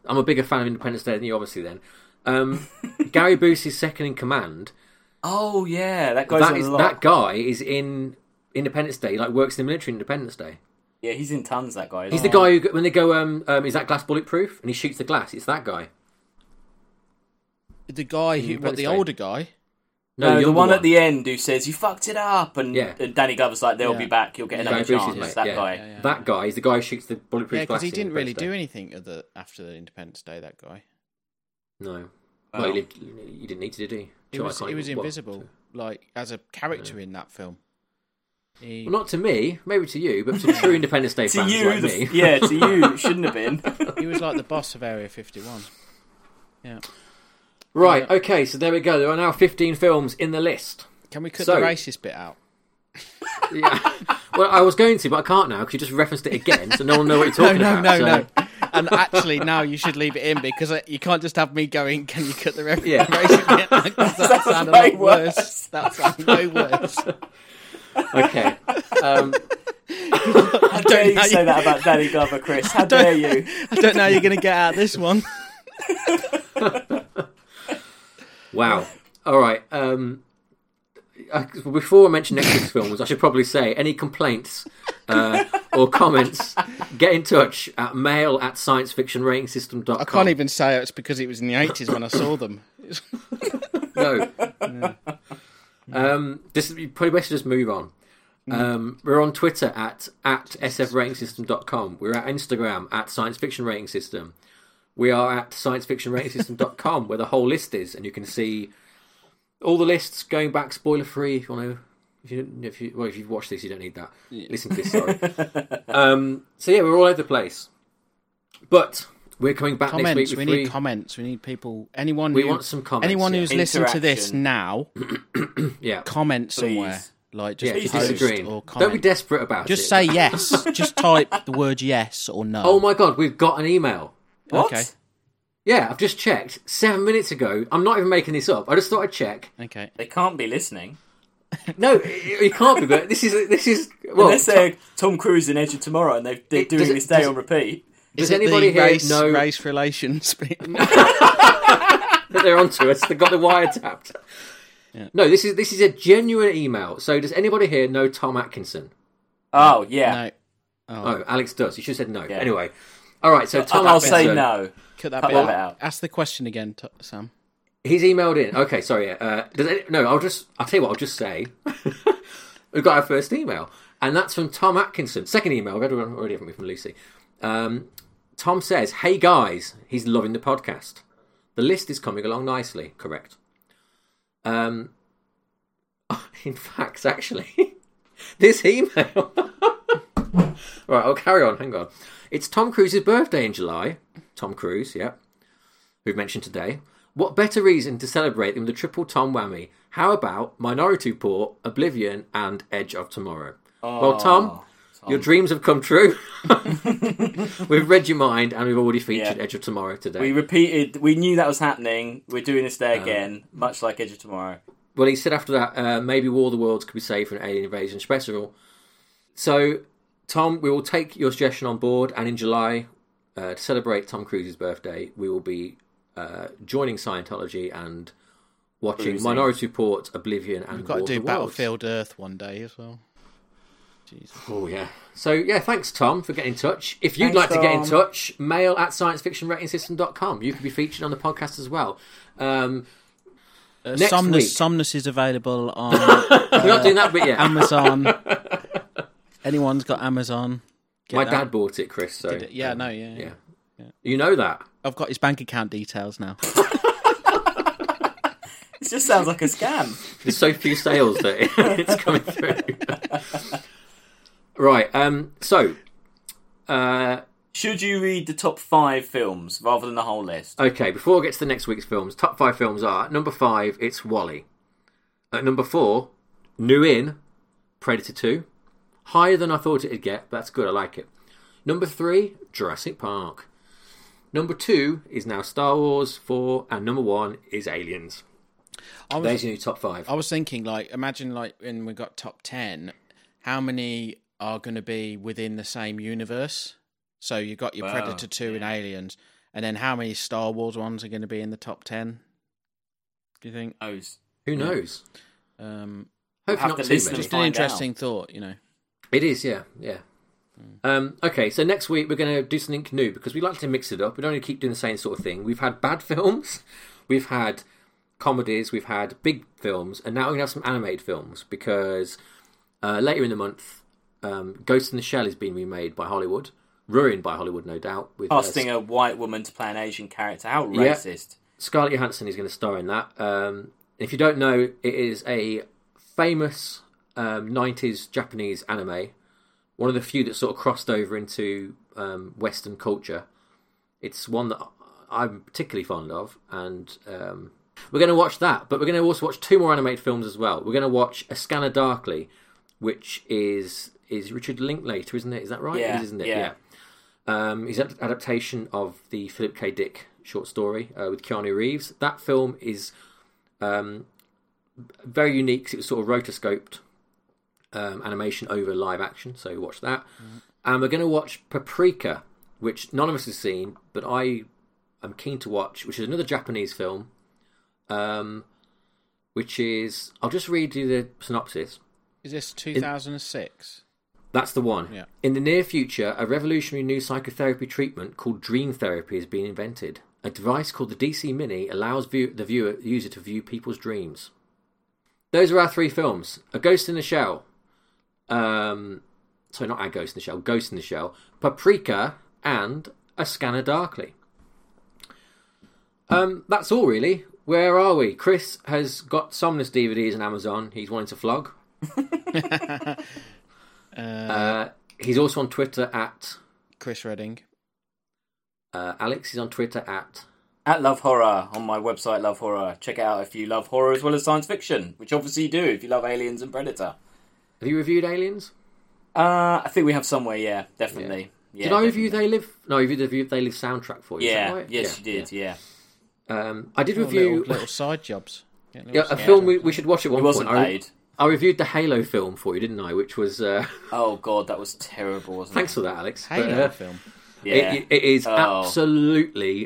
I'm a bigger fan of Independence Day than you, obviously. Then um, Gary Busey's second in command.
Oh yeah, that goes
That
on
is
a lot.
that guy is in Independence Day. Like works in the military. in Independence Day.
Yeah, he's in tons. That guy.
He's the guy who, when they go, um, um, is that glass bulletproof? And he shoots the glass. It's that guy.
The guy who? Mm, What?
Independence
The
Day.
older guy?
No,
No, the
younger
one, at the end who says you fucked it up, and,
Yeah.
and Danny Glover's like, "They'll
Yeah.
be back. You'll get another
Gary Busey's
chance."
mate,
That
yeah.
guy.
yeah.
That guy is the guy who shoots the bulletproof
Yeah,
glass.
because he
in
didn't really do
Independence
anything other after the Independence Day. That guy.
Day. No.
Wow.
Well, he lived, you didn't need to, did he?
He
Sure, I
was,
can't
he was
even- well,
invisible, like as a character in that film. He,
Well, not to me, maybe to you, but to true Independence Day
To
fans
you,
like
the,
me.
yeah, to you, it shouldn't have been.
he was like the boss of Area 51.
Right, okay, so there we go. There are now 15 films in the list.
Can we cut
So-
the racist bit out?
Yeah. well, I was going to, but I can't now because you just referenced it again, so no one knows what you're talking
no,
about.
no,
so-
no. And actually, now you should leave it in because uh, you can't just have me going. Can you cut the reference?
Yeah.
Yeah. that sounds a
way
lot worse. That sounds way worse.
Okay. Um,
How dare you
know.
say that about Danny Glover, Chris? How dare you?
I don't know how you're going to get out of this one.
wow. All right. Um, I, before I mention next week's films, I should probably say any complaints uh, or comments, get in touch at mail at sciencefictionratingsystem.com.
I can't even say it's because it was in the 80s when I saw them.
no. Um, this is probably best to just move on.
Hmm.
Um, we're on Twitter at at sfratingsystem.com. We're at Instagram at science fiction rating system. We are at sciencefictionratingsystem.com where the whole list is, and you can see all the lists going back spoiler free. If you want to, if you, if you well, if you've watched this, you don't need that. Listen to this, sorry. um, so yeah, we're all over the place, but we're coming back next
Comments.
week.
We
With
need
three,
comments. We need people. Anyone.
we
who,
want some comments.
anyone
yeah.
who's listened to this
Interaction.
now,
yeah.
comment somewhere. Like just
Yeah, just
post
disagreeing.
or comment.
Don't be desperate about it.
Just say yes. Just type the word yes or no.
Oh my god, we've got an email.
What?
Okay.
Yeah, I've just checked seven minutes ago. I'm not even making this up. I just thought I'd check.
Okay.
They can't be listening.
No, it, it can't be. But this is this is. Well,
Unless they're Tom Cruise in Edge of Tomorrow and they, they're
It-
doing
does it-
this day
does
on
it-
repeat.
does
Is it
anybody
the
here
race,
know
race relations? bit?
that they're onto us? They got the wiretapped. No, this is this is a genuine email. So does anybody here know Tom Atkinson?
Oh yeah,
No,
Oh, Alex does. You should have said no.
Yeah.
Anyway, all right. So Tom,
I'll
Atkinson,
say no.
cut that
Cut
bit
that
out.
bit out.
Ask the question again, t- Sam.
He's emailed in. Okay, sorry. yeah. Uh, does any, no, I'll just. I'll tell you what. I'll just say. We've got our first email, and that's from Tom Atkinson. Second email. I've had one already haven't we, from Lucy. Um, Tom says, "Hey guys, he's loving the podcast. The list is coming along nicely. Correct. Um, in fact, actually, this email. right, I'll carry on. Hang on. It's Tom Cruise's birthday in July. Tom Cruise, yeah, we've mentioned today. What better reason to celebrate than the triple Tom whammy? How about Minority Report, Oblivion, and Edge of Tomorrow? well, Tom, your dreams have come true. we've read your mind, and we've already featured
Yeah.
Edge of Tomorrow today.
We repeated. We knew that was happening. We're doing this
Uh-huh.
day again, much like Edge of Tomorrow.
Well, he said after that, uh, maybe War of the Worlds could be saved for an alien invasion special. So, Tom, we will take your suggestion on board, and in July, uh, to celebrate Tom Cruise's birthday, we will be uh, joining Scientology and watching
Cruising.
Minority Report, Oblivion, and
We've got
War
to
of
do
the
Battlefield Earth one day as well.
Worlds. Oh yeah. So yeah, thanks Tom for getting in touch. If you'd
Thanks,
like to get in
Tom.
touch, mail at sciencefictionratingsystem.com. You could be featured on the podcast as well. Um,
Uh,
Next
Somnus, uh,
week.
Somnus is available on
we're not doing that bit yet.
Amazon. Anyone's got Amazon? Get
My
that.
dad bought it, Chris. So
Yeah, no, yeah, yeah.
yeah. You know that.
I've got his bank account details now.
It just sounds like a scam.
There's so few sales that it's coming through. right. Um, so, uh,
Should you read the top five films rather than the whole list?
okay, before I get to the next week's films, top five films are number five, it's Wally. At number four, New In, Predator 2. Higher than I thought it'd get, but that's good. I like it. Number three, Jurassic Park. Number two is now Star Wars 4, and number one is Aliens.
I was,
There's your new top five.
I was thinking, like, imagine, like, when we got top 10, how many are going to be within the same universe? So you've got your
Wow,
Predator 2 and Aliens, and then how many Star Wars ones are going to be in the top 10? Do you think?
Those.
Who knows?
Um,
Hopefully
Have
not
to
too
listen
many.
just an
find
interesting thought, you know.
It is, yeah, yeah. Um, okay, so next week we're going to do something new because we like to mix it up. We don't want to keep doing the same sort of thing. We've had bad films, we've had comedies, we've had big films, and now we're going to have some animated films because uh, later in the month, um, Ghost in the Shell is being remade by Hollywood, ruined by Hollywood, no doubt. With uh,
Casting a white woman to play an Asian character. How
Yeah.
racist.
Scarlett Johansson is going to star in that. Um, if you don't know, it is a famous um, 90s Japanese anime, one of the few that sort of crossed over into um, Western culture. It's one that I'm particularly fond of, and um, we're going to watch that, but we're going to also watch two more animated films as well. We're going to watch A Scanner Darkly, which is is Richard Linklater, isn't it? Is that right?
Yeah,
it is, isn't it?
yeah.
Um, his ad- adaptation of the Philip K. Dick short story uh, with Keanu Reeves. That film is um, very unique 'cause it was sort of rotoscoped um, animation over live action. So watch that. And we're going to watch Paprika, which none of us has seen, but I am keen to watch, which is another Japanese film. Um, which is, I'll just read you the synopsis.
Is this 2006?
That's the one.
Yeah.
In the near future, a revolutionary new psychotherapy treatment called dream therapy is being invented. A device called the DC Mini allows view- the viewer user to view people's dreams. Those are our three films: A Ghost in the Shell, um, so not A Ghost in the Shell, Ghost in the Shell, Paprika, and A Scanner Darkly. Um, that's all really. Where are we? Chris has got Somnus DVDs on Amazon. He's wanting to flog. Uh, he's also on Twitter at
Chris Redding.
uh, Alex. He's on Twitter at
At Love Horror on my website, Love Horror. Check it out if you love horror as well as science fiction, which obviously you do if you love aliens and Predator.
Have you reviewed Aliens?
Uh, I think we have somewhere, yeah, definitely. Yeah.
did I review They
definitely.
Live? No, I reviewed the They Live soundtrack for you. is that
Yeah,
right?
yes,
yeah.
you did, yeah.
Um, I did
All
review
Little, little side jobs. Yeah, little
yeah, a
side
film
jobs.
we, we should watch at one
It wasn't
point. oh. I,
paid.
I reviewed the Halo film for you, didn't I? Which was uh,
Oh, God, that was terrible, wasn't
thanks for that, Alex. But,
Halo
uh,
film.
it? Yeah.
it, it is
Oh.
absolutely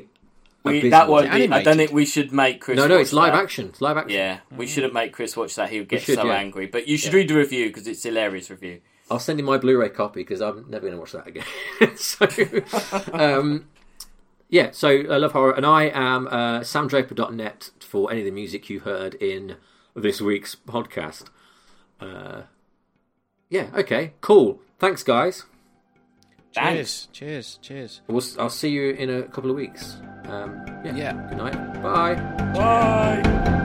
I'd
We,
be-
that won't
Is it
be. I
animated?
don't think we should make Chris.
No, no,
watch
it's live
that.
action. It's live action.
Yeah, we shouldn't make Chris watch that. He'll get
should,
so
yeah.
angry. But you should read the review because it's hilarious review.
I'll send you my Blu-ray copy because I'm never going to watch that again. so, um, yeah. So I love horror, and I am uh, samdraper.net for any of the music you heard in this week's podcast. Uh, yeah. Okay. Cool. Thanks, guys.
Thanks.
Cheers, cheers, cheers.
We'll, s- I'll see you in a couple of weeks. Um, yeah.
Yeah.
Good night. Bye.
Bye.